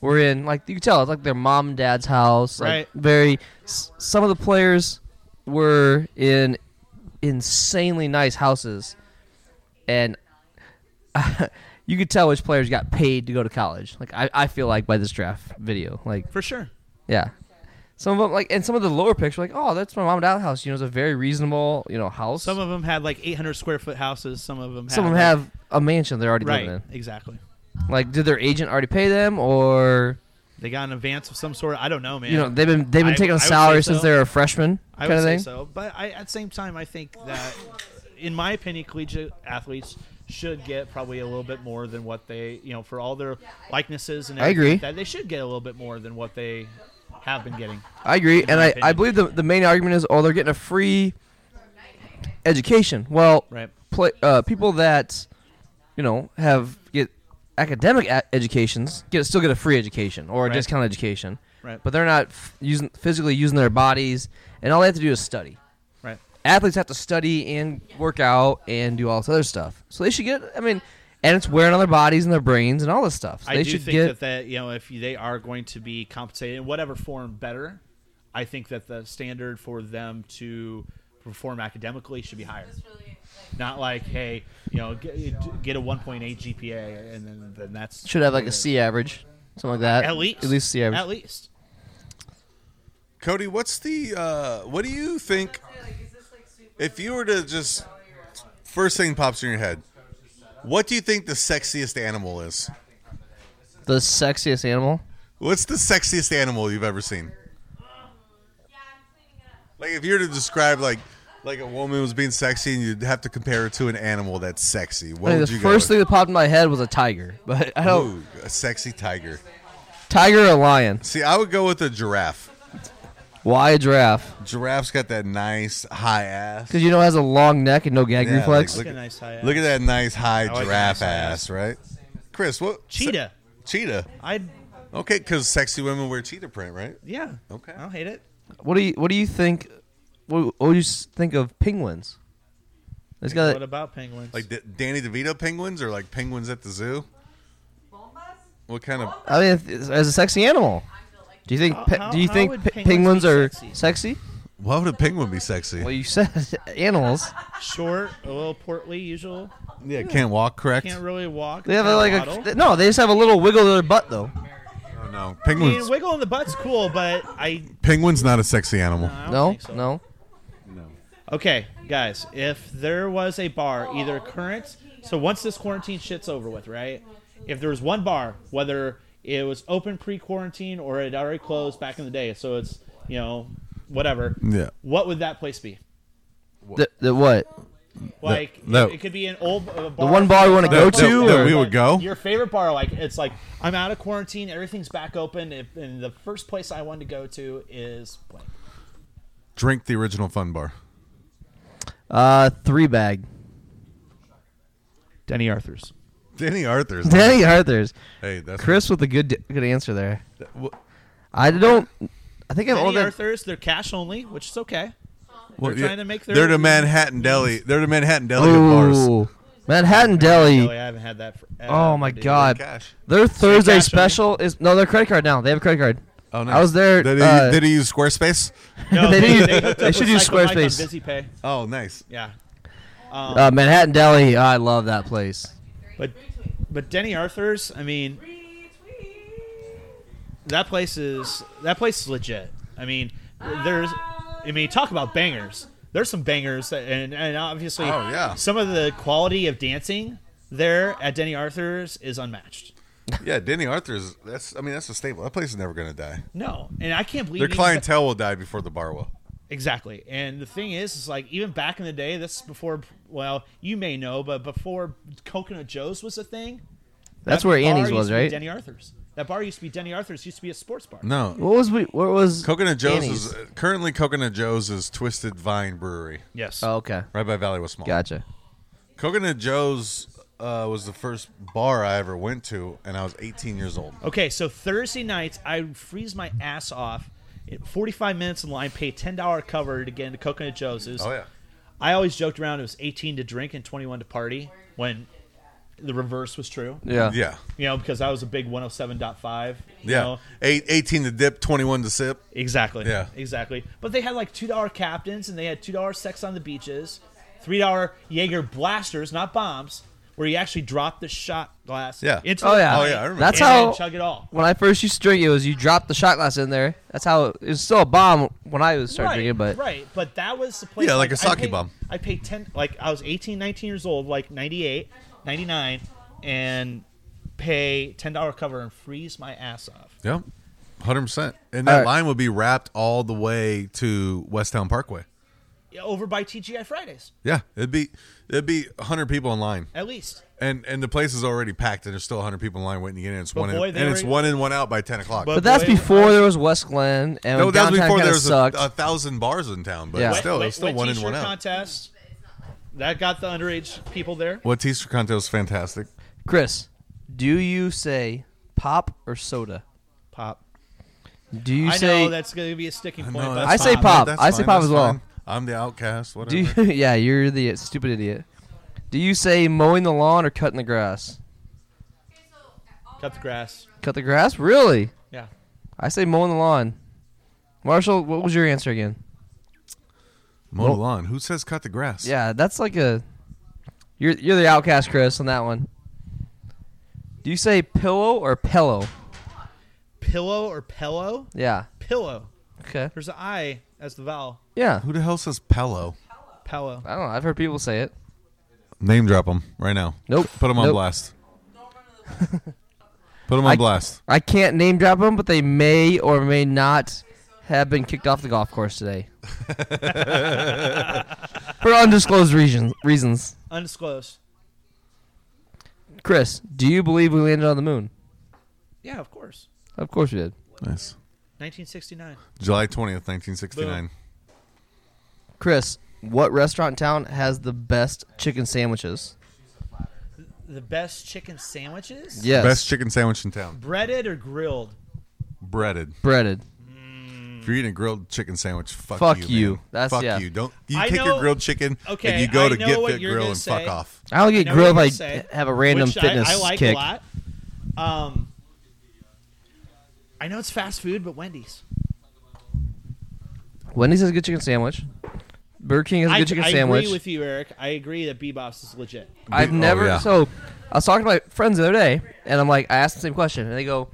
were in like you can tell it's like their mom and dad's house. Like,
Right.
Very. s- Some of the players were in insanely nice houses, and [laughs] you could tell which players got paid to go to college. Like I, I feel like by this draft video, like
For sure.
yeah. Some of them, like, and some of the lower picks were like, oh, that's my mom and dad house. You know, it's a very reasonable, you know, house.
Some of them had like 800 square foot houses. Some of them.
Some of
had,
them have a mansion they're already
like-
living
Right. Exactly.
in. Like, did their agent already pay them, or
They got an advance of some sort. I don't know, man.
you know, they've been they've been
I-
taking
I
a
would say
salary
so.
since they were a freshman, kind
I would
of
say
thing.
so, but I, at the same time, I think that, in my opinion, collegiate athletes should get probably a little bit more than what they, you know, for all their likenesses and
I agree.
everything like that they should get a little bit more than what they have been getting.
I agree, and
my
I, I
opinion.
believe the the main argument is, oh, they're getting a free education. Well,
Right.
pla uh, people that you know have get academic a- educations get still get a free education or a
Right.
discount education,
Right.
but they're not f- using physically using their bodies, and all they have to do is study.
Right.
Athletes have to study and work out and do all this other stuff, so they should get. I mean, and it's wearing on their bodies and their brains and all this stuff. So
I
they
do
should
think
get
that that you know if they are going to be compensated in whatever form better, I think that the standard for them to perform academically should be higher. Not like hey, you know, get, get a 1.8 GPA and then, then that's
should have like a C average, something like that.
at least
at least C average.
at least.
Cody, what's the uh, what do you think? If you were to just first thing pops in your head, what do you think the sexiest animal is?
the sexiest animal.
What's the sexiest animal you've ever seen? Like if you were to describe like like a woman was being sexy and you'd have to compare it to an animal that's sexy,
I
what
think
would
the
you
first
go?
thing that popped in my head was a tiger, [laughs] but I don't
with? Ooh, a sexy tiger.
tiger or lion.
See, I would go with a giraffe.
Why a giraffe?
Giraffe's got that nice high ass.
Because you know it has a long neck and no gag
Yeah,
reflex.
like,
Look at nice high uh,
Look at that nice high
like a
giraffe
nice high
ass, right? Chris, what
Cheetah.
cheetah.
I'd
Okay, because sexy women wear cheetah print, right?
yeah.
Okay.
I don't hate it.
what do you What do you think? What, what do you s- think of penguins? It's got
what about penguins?
Like D- Danny DeVito penguins or like penguins at the zoo? What kind of?
I mean, it's- as a sexy animal. Do you think?
How-
pe-
how-
do you
how
think
would
pe- penguins,
penguins be
are
sexy?
sexy?
Why would a penguin be sexy?
Well, you [laughs] said animals.
Short, a little portly, usual.
yeah, can't walk correct.
Can't really walk.
They have
can't
like
waddle.
a no. They just have a little wiggle to their butt though.
oh, no,
I mean,
penguins.
wiggle in the butt's cool, but I,
Penguin's not a sexy animal.
I don't
No,
think so.
no.
Okay, guys, if there was a bar, either current, so once this quarantine shit's over with, right? If there was one bar, whether it was open pre-quarantine or it already closed back in the day, so it's you know whatever.
Yeah.
What would that place be?
The, the what?
Like
no.
it, it could be an old uh, bar.
The one bar you want to
No,
go
no,
to?
no,
or-
we would go.
Your favorite bar, like it's like I'm out of quarantine, everything's back open, if- and the first place I wanted to go to is blank.
Drink the original Fun Bar. [laughs]
uh, three bag. [laughs]
Denny Arthur's.
Danny Arthur's.
Danny Arthur's.
Hey, that's
Chris with a good good answer there.
What,
I don't. I think I've all
Denny
that.
Arthur's, they're cash only, which is okay.
what-
trying to make their-
They're the Manhattan Deli. They're the Manhattan Deli of bars.
Ooh, Manhattan
Really,
Deli.
I haven't had that. For,
Oh my god,
Cash.
their Thursday
cash,
special is no. Their credit card now. They have a credit card.
Oh no.
I was there,
Did he,
uh,
did he use Squarespace?
[laughs]
No,
They
they,
need-
they, hooked
they
up
should
with
use
Psycho Mike on
Squarespace.
VisiPay.
Oh, nice.
Yeah, Um, Oh.
Uh, Manhattan Deli. I love that place.
but but Denny Arthur's, I mean, that place is that place is legit. I mean, there's, I mean, talk about bangers. There's some bangers, that- and and obviously,
Oh, yeah.
some of the quality of dancing there at Denny Arthur's is unmatched.
Yeah, Danny Arthur's. That's. I mean, that's a staple. That place is never gonna die.
No, and I can't believe
Their
even-
clientele will die before the bar will.
Exactly. And the thing is, is like even back in the day, this is before. Well, you may know, but before Coconut Joe's was a thing.
That's
that
where
bar
Annie's
used
was,
to be
right?
Denny Arthur's. That bar used to be Denny Arthur's. Used to be a sports bar.
No,
What was we? What was
Coconut Joe's
Annie's?
is currently Coconut Joe's is Twisted Vine Brewery,
Yes.
Oh, okay.
right by Valley West Mall.
Gotcha.
Coconut Joe's uh, was the first bar I ever went to, and I was 18 years
Oh.
old.
Okay, so Thursday nights, I freeze my ass off. 45 minutes in line, pay $10 cover to get into Coconut Joe's. It was-
Oh yeah,
I always joked around it was 18 to drink and 21 to party when the reverse was true.
Yeah.
yeah,
You know, because I was a big 107.5. You
yeah.
Know?
Eight, 18 to dip, 21 to sip.
Exactly.
Yeah.
Exactly. But they had like $2 captains and they had $2 sex on the beaches, $3 Jaeger blasters, not bombs, where you actually drop the shot glass
Yeah.
into
Oh
the
yeah.
Oh,
pint
yeah, I remember.
That's
and then
how.
chug it all.
When I first used to drink, it was you drop the shot glass in there. That's how it was still a bomb when I was started
right,
drinking, but
right, but that was the place.
Yeah, like a
I
sake
paid-
bomb.
I paid ten, like I was 18, 19 years old, like 98, 99, and pay ten dollar cover and freeze my ass off.
Yep, 100. percent And that
All right.
line would be wrapped all the way to Westtown Parkway.
Yeah, Over by TGI Fridays,
Yeah, it'd be it'd be 100 people in line,
at least.
and and the place is already packed, and there's still 100 people in line waiting to get in. It's
But
one
boy,
in,
they
and
were-
it's one in, one out by 10 o'clock.
But
But that's
Boy,
before there was West Glen and
no, that was before there was a,
sucked.
a thousand bars in town, but
Yeah.
Wet-
still,
wet-
there's still
wet
one in,
t-shirt
one out.
contest. That got the underage people there.
What t-shirt contest was fantastic.
Chris, do you say pop or soda?
Pop.
Do you
I
say
know that's going to be a sticking point.
No,
but
that's
I say
fine.
pop.
That's
I say
fine.
pop
That's
as well.
fine. I'm the outcast. Whatever.
Do [laughs] you, yeah, you're the stupid idiot. Do you say mowing the lawn or cutting the grass?
Cut the grass.
Cut the grass? Really?
Yeah.
I say mowing the lawn. Marshall, what was your answer again?
Mow the lawn. Who says cut the grass?
Yeah, that's like a You're you're the outcast, Chris, on that one. Do you say pillow or pillow?
Pillow or pillow?
Yeah.
Pillow.
Okay.
There's an I as the vowel.
Yeah.
Who the hell says pillow?
Pillow.
I don't know. I've heard people say it.
Name drop them right now.
Nope.
Put them on
Nope.
blast. Put them on
I-
blast.
I can't name drop them, but they may or may not have been kicked off the golf course today for undisclosed reasons. Reasons.
Undisclosed.
Chris, do you believe we landed on the moon?
Yeah, of course.
Of course we did.
Nice.
1969.
July 20th, 1969.
Chris, what restaurant in town has the best chicken sandwiches?
The best chicken sandwiches?
Yes.
Best chicken sandwich in town.
Breaded or grilled?
Breaded.
breaded.
If you're eating a grilled chicken sandwich, fuck,
Fuck
you.
you.
man.
That's-
fuck
yeah.
you. Don't you
I
take
know-
your grilled chicken
Okay,
and you go
I
to
know
Get
what
Fit
you're
Grill
gonna
and
say.
fuck off.
I don't get
know
grilled
what
if
you
I
say,
have a random
which I-
fitness
I, like
kick.
a lot. Um, I know it's fast food, but Wendy's.
Wendy's has a good chicken sandwich. Burger King has a
I,
good chicken
I
sandwich.
agree with you, Eric. I agree that Bebop's is legit.
I've
Oh,
never
yeah.
so I was talking to my friends the other day and I'm like I asked the same question and they go,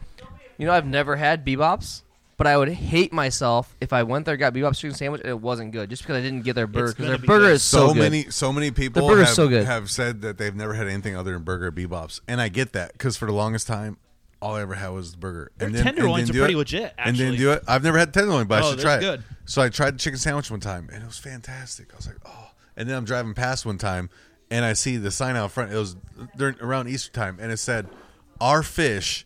You know, I've never had bebops, but I would hate myself if I went there got bebops chicken sandwich and it wasn't good just because I didn't get their burger because
gonna
their
be
burger
good.
is so, good.
many so many people
burger's
have,
so good.
have said that they've never had anything other than burger bebops and i get that because for the longest time all i ever had was the burger and
Their tenderloins are
do
pretty
it,
legit,
and then
actually.
do it i've never had tenderloin but
Oh,
i should
they're
try it
good.
so i tried the chicken sandwich one time and it was fantastic i was like oh and then i'm driving past one time and i see the sign out front it was during, around easter time and it said our fish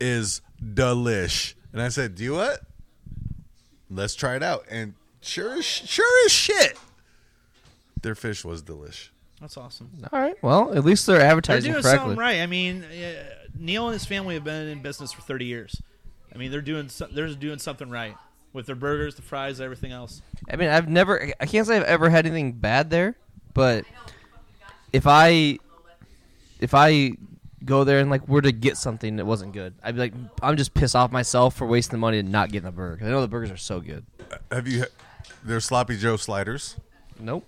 is delish and i said do you what let's try it out and sure as, sure as shit their fish was delish
That's awesome.
All right. Well, at least they're
They're
advertising
doing
correctly.
something right. I mean, uh, Neil and his family have been in business for 30 years. I mean, they're doing so, they're doing something right with their burgers, the fries, everything else.
I mean, I've never I can't say I've ever had anything bad there, but if I if I go there and like were to get something that wasn't good, I'd be like I'm just pissed off myself for wasting the money and not getting a burger. 'cause I know the burgers are so good.
Have you? They're sloppy Joe sliders.
Nope.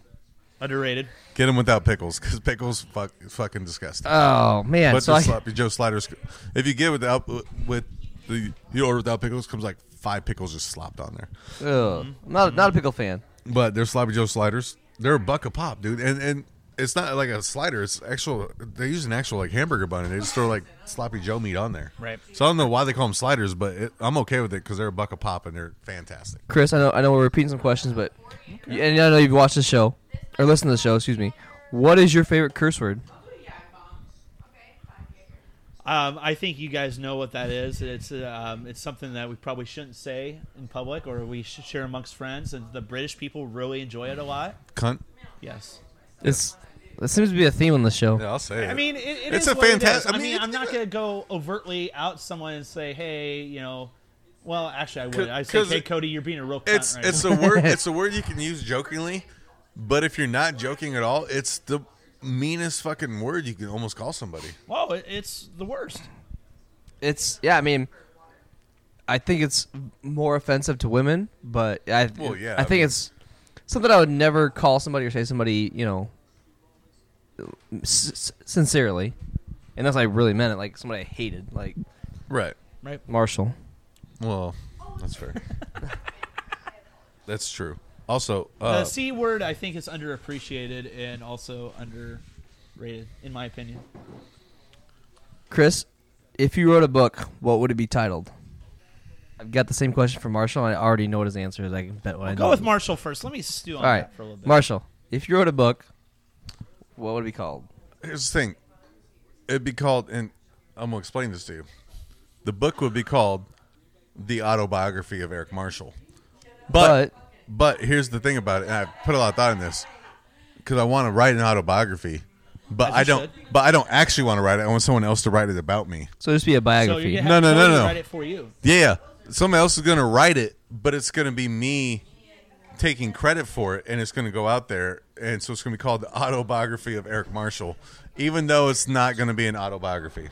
Underrated.
Get them without pickles because pickles fuck fucking disgusting.
Oh man,
but
so
the
I, [laughs]
sloppy Joe sliders, if you get without with the you order without pickles, comes like five pickles just slopped on there.
Mm-hmm. Ugh. I'm not not a pickle fan.
But they're sloppy Joe sliders. They're a buck a pop, dude. And and it's not like a slider. It's actual. They use an actual like hamburger bun, and they just throw
[laughs]
like sloppy Joe meat on there.
Right.
So I don't know why they call them sliders, but it, I'm okay with it because they're a buck a pop and they're fantastic.
Chris, I know I know we're repeating some questions, but and I know you've watched the show or listened to the show. Excuse me. What is your favorite curse word?
Um, I think you guys know what that is. It's uh, um, it's something that we probably shouldn't say in public, or we should share amongst friends. And the British people really enjoy it a lot.
Cunt.
Yes,
It's that seems to be a theme on the show.
Yeah, I'll say it.
I mean it, it
It's
is
a
what it is.
fantastic- I
I
mean,
mean,
it's-
I'm not gonna go overtly out someone and say, "Hey, you know." Well, actually, I would. I say,
'cause
"Hey,
it-
Cody, you're being a real cunt."
it's
right
it's
now."
a
[laughs]
word. It's a word you can use jokingly, but if you're not joking at all, it's the meanest fucking word you can almost call somebody.
Whoa, it, it's the worst.
It's yeah. I mean, I think it's more offensive to women, but I
Well, yeah,
I
I
think
mean-
it's something I would never call somebody or say somebody. You know, s- s- sincerely, unless I really meant it, like somebody I hated, like
Right.
Right.
Marshall.
Well, that's fair. that's true. Also,
The
uh,
C word, I think, is underappreciated and also underrated, in my opinion.
Chris, if you wrote a book, what would it be titled? I've got the same question for Marshall, and I already know what his answer is. I can bet what I
Go
know.
with Marshall first. Let me stew on
All right,
that for a little bit.
Marshall, if you wrote a book, what would it be called?
here's the thing. It'd be called, and I'm gonna explain this to you. The book would be called "The Autobiography of Eric Marshall." But
But-
but, here's the thing about it, and I put a lot of thought in this because I want to write an autobiography, but
As
I
you
don't.
should.
But I don't actually want to write it. I want someone else to write it about me.
So just be a
So
biography. [laughs]
you
No,
have
no,
to
no, no.
write it for you.
Yeah, somebody else is gonna write it, but it's gonna be me taking credit for it, and it's gonna go out there, and so it's gonna be called the autobiography of Eric Marshall, even though it's not gonna be an autobiography.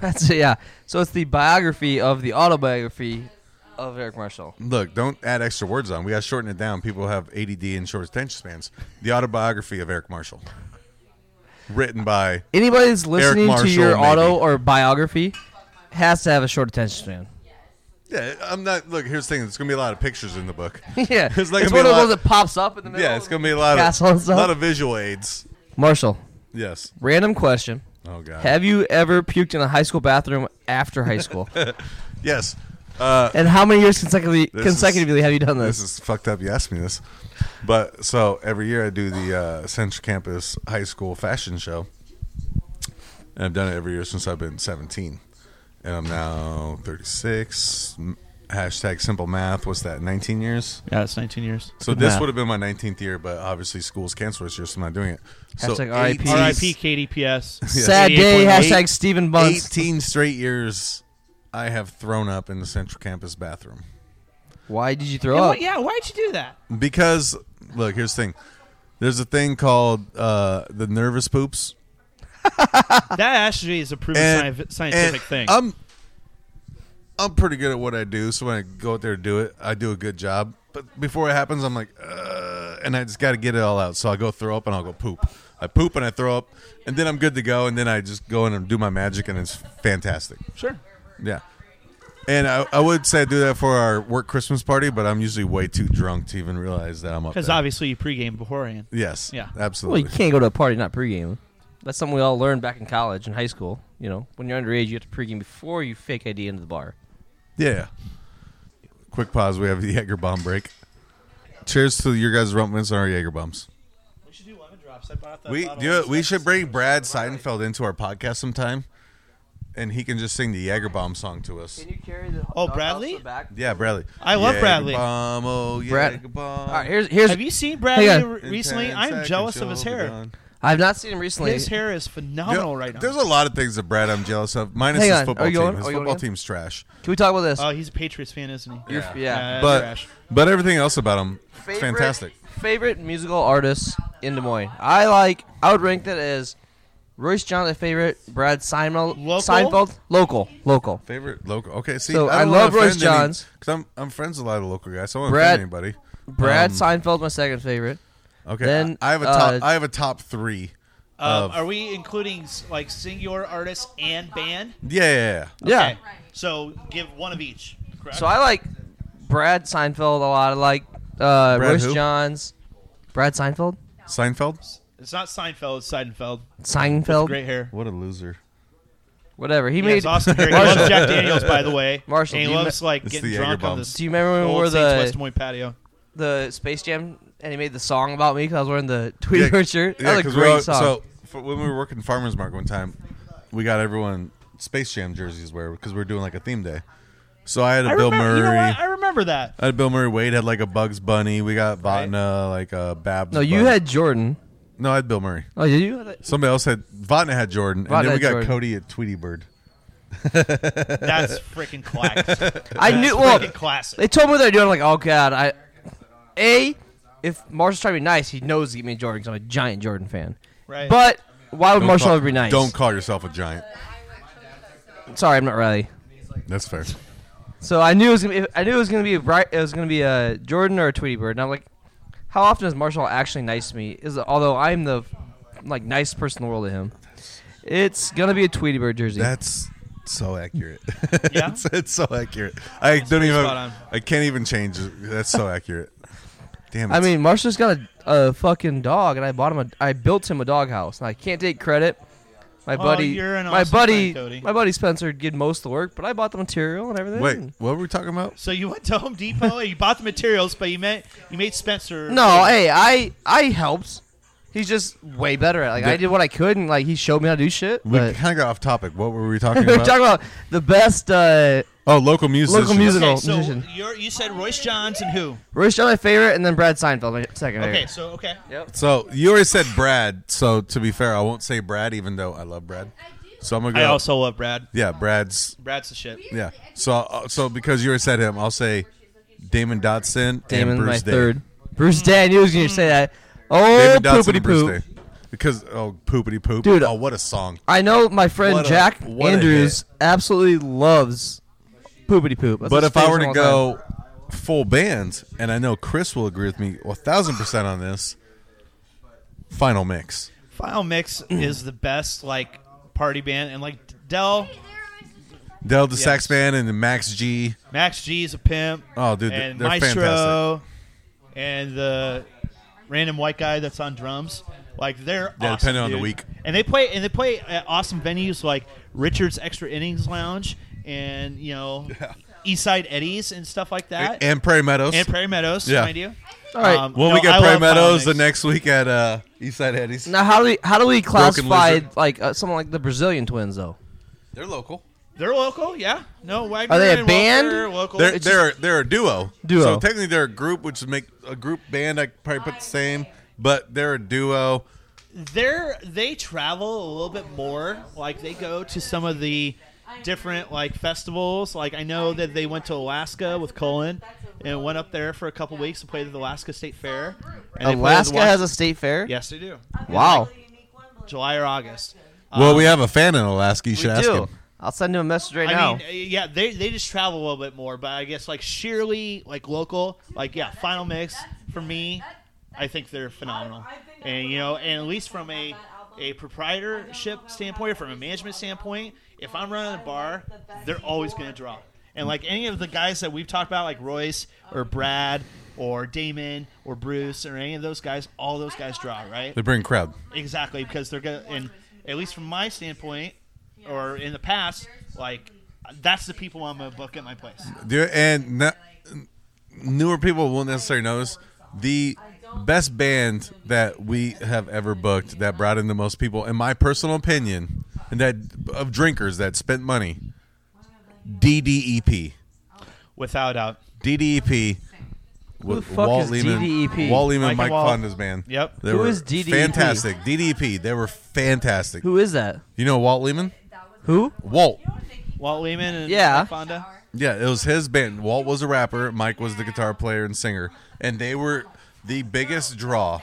That's it, yeah. So it's the biography of the autobiography of Eric Marshall.
Look, don't add extra words on. We gotta shorten it down. People have ADD and short attention spans. The autobiography of Eric Marshall, written by
Anybody that's listening
Marshall,
to your auto
maybe.
or biography has to have a short attention span. [laughs]
yeah. I'm not. Look, here's the thing. There's gonna be a lot of pictures in the book.
yeah,
It's not gonna be
one
a
of
lot-
those that pops up in the middle.
Yeah, it's gonna be a lot of
Castle and
a
stuff.
lot of visual aids.
Marshall,
Yes.
random question:
Oh God.
Have you ever puked in a high school bathroom after high
[laughs]
school?
yes. Uh,
and how many years consecutively
is-
consecutively have you done this?
this is fucked up. You asked me this, but so every year I do the uh, Central Campus High School fashion show, and I've done it every year since I've been 17, and I'm now 36. M- Hashtag simple math. What's that? 19 years.
Yeah, it's 19 years.
So
Good
this
math.
would have been my 19th year, but obviously school's canceled this year, so I'm not doing it. so
Hashtag RIP.
eighteen-
R.I.P. KDPS.
Sad day.
88.8.
Hashtag Stephen Bunce.
18 straight years, I have thrown up in the Central Campus bathroom.
Why did you throw
Hey,
up?
what- yeah, why'd you do that?
Because look, here's the thing. There's a thing called uh, the nervous poops.
That actually is a proven
And-
scientif- scientific
and
thing.
um,
I'm I'm pretty good at what I do, so when I go out there to do it, I do a good job. But before it happens, I'm like, uh, and I just got to get it all out. So I go throw up and I'll go poop. I poop and I throw up, and then I'm good to go. And then I just go in and do my magic, and it's fantastic.
sure.
Yeah. And I, I would say I do that for our work Christmas party, but I'm usually way too drunk to even realize that I'm up.
Because
there.
obviously you pregame beforehand.
yes,
Yeah.
Well,
absolutely.
you can't go to a party not pregame. That's something we all learned back in college and high school. You know, when you're underage, you have to pregame before you fake ID into the bar.
Yeah. Quick pause. We have the [laughs] Jaeger bomb break. Cheers to your guys' rumpments and our Jaeger bombs.
We should do lemon drops. I bought that.
We do it. We should bring Brad Seidenfeld into our podcast sometime, and he can just sing the Jaeger bomb song to us.
you carry the
Oh, dog Bradley? off the
back?
Yeah, Bradley.
I love Bradley.
Bomb, oh,
Brad-
Jaeger bomb.
All right, here's here's.
Have you seen
Hang
Bradley
on.
re- recently? I'm jealous of his hair.
I've not seen him recently.
His hair is phenomenal right now.
There's a lot of things that Brad I'm jealous of. Minus
Hang
his
on.
football
Are you
team.
on?
His
Are you on
football
again?
team's trash.
Can we talk about this?
oh, he's a Patriots fan, isn't he?
You're- yeah.
Yeah,
But
trash.
but everything else about him, fantastic.
Favorite musical artists in Des Moines. I like. I would rank that as Royce John the favorite. Brad Seinfeld.
Local?
Seinfeld. Local. Local.
Favorite local? Okay, see,
So, I
I,
love Royce Johns.
because I'm I'm friends with a lot of local guys. So I don't
Brad-
offend anybody.
Brad
Um,
Seinfeld my second favorite.
Okay,
then,
I I have a top.
uh,
I have a top three.
Um,
of-
are we including s- like singular artist and band?
Yeah, yeah, yeah.
Yeah.
Okay. So give one of each. Correct?
So I like Brad Seinfeld a lot. I like uh,
Brad
Royce
who?
Johns. Brad Seinfeld?
Seinfeld.
It's not Seinfeld. It's Seidenfeld.
Seinfeld,
Great hair.
What a loser.
whatever. He
He
made.
has Austin Theory. He loves Jack Daniels, by the way.
Marshall,
and
do
he
you
loves like
It's
getting
the
drunk on
Jagerbomb.
this
Do you remember when we
old
were
Saints
the
West Des Moines patio.
the Space Jam and he made the song about me because I was wearing the Tweeter shirt? That
yeah,
was a
'cause
great
we're all-
song.
So for when we were working farmers market one time, we got everyone Space Jam jerseys wear because we were doing like a theme day. So I had a
I
Bill
remember, you know
Murray.
what? I remember that.
I had Bill Murray. Wade had like a Bugs Bunny. We got Vatna, like a Babs.
no, you
Bunny.
had Jordan.
No, I had Bill Murray.
Oh, did you?
Somebody else had Vatna had Jordan,
Vatna
and then we
had
got
Jordan.
Cody at Tweety Bird.
That's
[laughs]
freaking classic.
I
That's
knew. Well,
freaking classic.
they told me what they're doing. I'm like, oh god, I. A, if Marshall's trying to be nice, he knows he can be Jordan because I'm a giant Jordan fan.
Right.
But why would
Don't
Marshall
call-
ever be nice?
Don't call yourself a giant.
Sorry, I'm not Riley.
That's fair.
So I knew it was gonna be, I knew it was gonna be a bright, it was gonna be a Jordan or a Tweety Bird, and I'm like, how often is Marshall actually nice to me? Is although I'm the like nice person in the world to him, it's gonna be a Tweety Bird jersey.
That's so accurate. [laughs]
Yeah?
it's, it's so accurate. I don't even.
spot on.
I can't even change. it. That's so accurate. Damn.
I
it's-
mean, Marshall's got a, a fucking dog, and I bought him a I built him a doghouse, and I can't take credit. My buddy,
Oh, you're an
my
awesome
buddy,
friend, Cody.
my buddy Spencer did most of the work, but I bought the material and everything.
wait. What were we talking about?
so you went to Home Depot and you bought the materials, but you met you made Spencer.
No, hey, I I helped. He's just way better at. it. Like I
Yeah.
did what I could, and like he showed me how to do shit.
We
But
kind of got off topic. What were we
[laughs]
talking
we're
about?
talking about the best. Uh,
oh, local music.
Local music.
Okay, so
musician.
you're, you said Royce Johns and who?
Royce John, my favorite, and then Brad Seinfeld, my second
Okay,
favorite.
so okay.
So you already said Brad. So to be fair, I won't say Brad, even though I love Brad. So I'm gonna go.
I also love Brad.
yeah, Brad's.
Brad's the shit.
Yeah. So uh, so because you already said him, I'll say Damon Dotson
Damon,
and Bruce
my
Day.
third. Bruce Day, I knew he was gonna say that. Oh,
Damon Dotson
poopity
and Bruce
poop.
Day. Because oh poopity poop.
Dude,
oh what a song.
I know my friend
What a-
Jack
what a
Andrews absolutely loves poopity poop. That's
But
his
if I
favorite
were to
song of all
go full bands, and I know Chris will agree with me a thousand percent on this. Final mix.
Final Mix is the best like party band, and like Dell,
Del the
Yes.
Sax Man and the Max G.
Max G's a pimp.
Oh, dude,
and
they're
Maestro, and the random white guy that's on drums. Like they're
Yeah,
awesome,
depending on the
dude.
week.
And they play and they play at awesome venues like Richard's Extra Innings Lounge and you
[laughs]
know Eastside Eddie's and stuff like that.
And Prairie Meadows.
And Prairie Meadows,
Yeah.
mind you.
time. All right.
Well, we
no, I
got Prairie
love Final
Meadows the
Mix.
next week at uh, Eastside Eddie's.
now, how do we how do we
Broken
classify
Lizard.
like uh, someone like the Brazilian Twins though?
They're local.
They're local, yeah. No, Wagner
Are they a
and Walker
band?
are local.
They're
It's
they're they're a duo.
Duo.
So technically they're a group, which would make a group band. I could probably put the same, but they're a duo.
they're they travel a little bit more. Like they go to some of the different like festivals. Like I know that they went to Alaska with Colin and went up there for a couple weeks to play at the Alaska State Fair. And they played at the
Alaska has a
Wash-
state fair.
yes, they do.
Wow.
July or August.
well,
Um,
we have a fan in Alaska. You should
we
ask
do.
him.
I'll send him a message right
I
now.
mean, uh, yeah, they, they just travel a little bit more, but I guess like sheerly like local, like yeah, Final Mix for me, I think they're phenomenal, and you know, and at least from a a proprietorship standpoint or from a management standpoint, if I'm running a bar, they're always going to draw. And like any of the guys that we've talked about, like Royce or Brad or Damon or Bruce or any of those guys, all those guys draw, right?
They bring crowd.
Exactly, because they're gonna, and at least from my standpoint, or in the past, like that's the people I'm gonna book at my place.
Dude, and no- newer people won't necessarily notice the best band that we have ever booked that brought in the most people, in my personal opinion, and that of drinkers that spent money. E DDEP.
Without doubt.
DDEP. E With
the fuck
Walt
is E
Lehman,
DDEP?
Walt Lehman,
Mike and
Mike
Walt.
Fonda's band.
Yep.
They
Who
were
is DDEP?
Fantastic. DDEP. They were fantastic.
Who is that?
You know Walt Lehman?
Who?
Walt.
Walt Lehman and
Yeah.
Mike Fonda.
Yeah, it was his band. Walt was a rapper, Mike was the guitar player and singer, and they were the biggest draw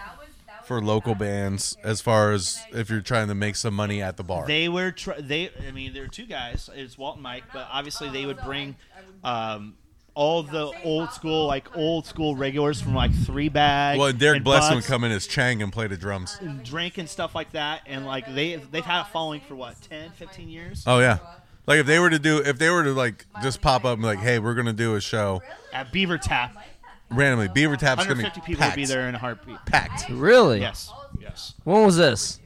for local bands as far as if you're trying to make some money at the bar.
They were tr- they. I mean, there were two guys. It's Walt and Mike, but obviously they would bring um, all the old school, like old school regulars from like Three Bag.
Well, Derek
and
Blessing would
Bucks
come in as Chang and play the drums.
and Drink and stuff like that, and like they they've had a following for what 10, 15 years.
Oh yeah. Like if they were to do if they were to like just pop up and be like, "Hey, we're going to do a show."
at Beaver Tap.
randomly. Beaver Tap's gonna be
150 people
packed.
will be there in a heartbeat.
Packed.
Really?
Yes. Yes.
When was this?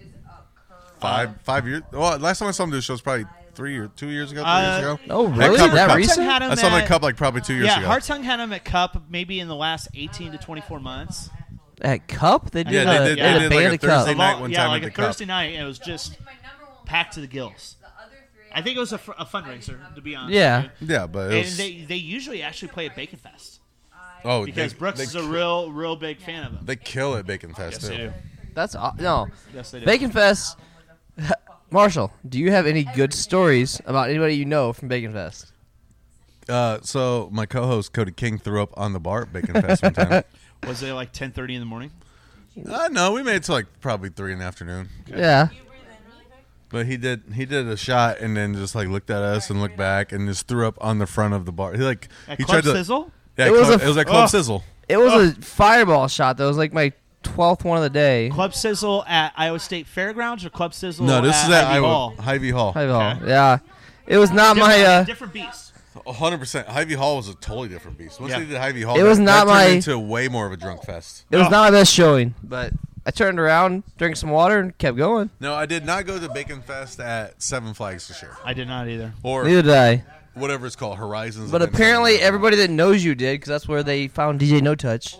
Five five years. Well, last time I saw him do a show was probably three or two years ago. Three
Uh,
years ago.
Oh,
At
really?
Copper
That
Cup.
recent?
Had him
I saw him
at-
at Cup like probably two years
Yeah,
ago.
Hartung had him at Cup maybe in the last 18 to 24 months.
At Cup? They did,
Yeah, they
a,
did-
they had
they
a
did like
band
a
at Cup.
Thursday
Of all-
night one
yeah,
time
like
at
a
the Cup.
Thursday night, it was just packed to the gills. I think it was a, fr- a fundraiser, to be honest.
Yeah.
yeah, but it
And
was,
they, they usually actually play at Bacon Fest
oh,
because
they,
Brooks
they,
is a real real big fan of them.
they kill at Bacon Fest
yes, they
too.
do.
That's aw- no.
Yes, they do.
Bacon Fest. [laughs] Marshall, do you have any good stories about anybody you know from Bacon Fest?
Uh, so my co-host Cody King threw up on the bar at Bacon Fest one time.
[laughs]
[laughs]
Was it like 10:30 in the morning?
Uh, no, we made it to like probably three in the afternoon.
Yeah.
But he did he did a shot and then just like looked at us and looked back and just threw up on the front of the bar. He like
At
he
Club
tried to
Sizzle?
Yeah,
It
it
was
was, club,
a- Oh.
it was at Club
Ugh.
Sizzle.
It was a fireball shot that was like my 12th one of the day.
Club Sizzle at Iowa State Fairgrounds or Club Sizzle?
No, this
at
is at
Ivy
Iowa
Hall?
Hy-Vee Hall.
Fireball. Yeah. It was not
Different,
my uh
different beast.
hundred percent. Hy-Vee Hall was a totally different beast. Once
Yeah.
they did Hy-Vee Hall,
It
that-
was not
that turned
my-
into way more of a drunk fest.
it was not my best showing, but I turned around, drank some water and kept going.
No, I did not go to Bacon Fest at Seven Flags this year
I did not either.
or
Neither did I.
whatever it's called, Horizons.
But
of Infinity.
apparently everybody that knows you did cuz that's where they found DJ No Touch.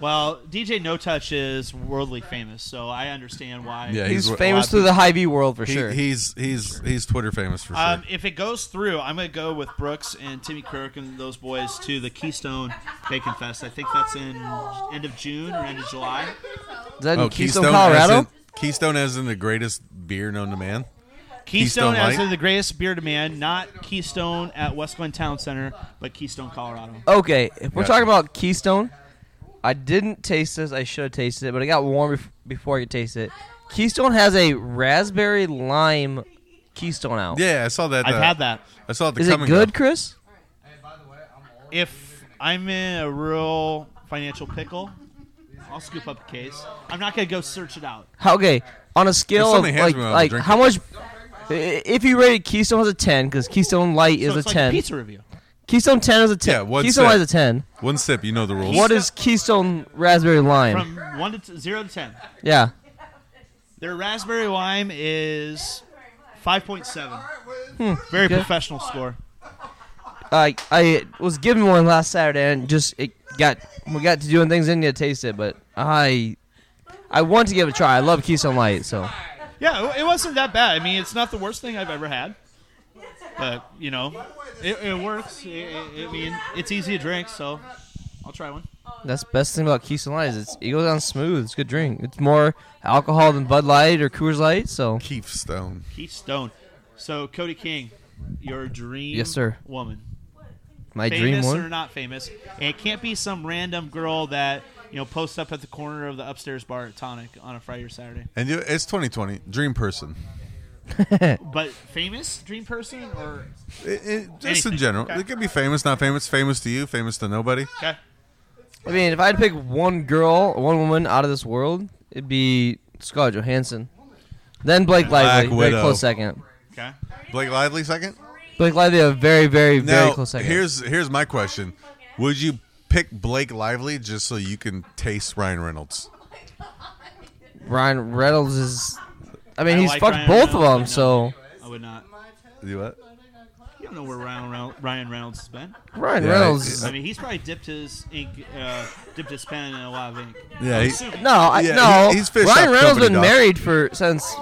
Well, DJ No Touch is worldly famous, so I understand why.
Yeah,
He's
he's, a
famous
lot-
through the Hy-Vee world for
he-
sure.
He's he's he's Twitter famous for sure.
Um, if it goes through, I'm going to go with Brooks and Timmy Kirk and those boys to the Keystone Bacon Fest. I think that's in end of June or end of July.
Is that in
oh,
Keystone,
Keystone,
Colorado?
As in, Keystone as in the greatest beer known to man.
Keystone,
Keystone
as
Light?
in the greatest beer demand, not Keystone at West Glen Town Center, but Keystone, Colorado.
Okay, if we're
Gotcha.
talking about Keystone, I didn't taste this. I should have tasted it, but it got warm bef- before I could taste it. Keystone has a raspberry lime Keystone out.
Yeah, I saw that.
I've
uh,
had that.
I saw it. The
Is it
coming
good,
Up.
Chris?
If I'm in a real financial pickle, I'll scoop up a case. I'm not going to go search it out.
How, okay, on a scale
If
of
somebody hands
like,
me one, I'll
like
drink
how
it.
much? i- If you rated Keystone as a ten, because Keystone Light
So
is a
it's like
ten.
pizza review.
Keystone ten is a ten.
Yeah, one
Keystone
sip.
Light is a ten.
One sip, you know the rules.
What is Keystone raspberry lime?
From one to t- zero to ten.
yeah,
Their raspberry lime is 5.7. Hmm. Very
Good.
professional score.
I I was given one last Saturday and just it got we got to doing things and you taste it, but I I want to give it a try. I love Keystone Light, so
Yeah, it- it wasn't that bad. I mean, it's not the worst thing I've ever had. But, you know, it, it works. I- I I mean, it's easy to drink, so I'll try one.
that's the best thing about Keystone Light is it's, it goes down smooth. It's a good drink. It's more alcohol than Bud Light or Coors Light, so
Keith Stone?
Keystone. So, Cody King, your dream
Yes, sir.
woman.
my dream
Famous or
one.
not famous. And it can't be some random girl that, you know, posts up at the corner of the upstairs bar at Tonic on a Friday or Saturday.
And you, it's 2020. Dream person.
But famous dream person or.
It- it- just
Anything.
in general,
Okay.
it could be famous, not famous, famous to you, famous to nobody.
Okay.
I mean, if I had to pick one girl, one woman out of this world, it'd be Scarlett Johansson. Then Blake Lively, very
Widow.
close second.
Okay.
Blake Lively second.
Blake Lively, a very, very, very
Now
close second.
here's here's my question: Would you pick Blake Lively just so you can taste Ryan Reynolds?
Ryan Reynolds is. I mean,
I
he's
like
fucked
Ryan
both of them,
Reynolds,
so.
I would not.
You what?
You don't know where Ryan, Reynolds- Ryan Reynolds has been.
Ryan
Yeah,
Reynolds.
it-
is-
I mean, he's probably dipped his ink, uh, dipped his pen in a lot of ink.
Yeah, he,
no, I,
Yeah,
no.
he- he's fished
Ryan
off
Reynolds
company
been
dog.
married for since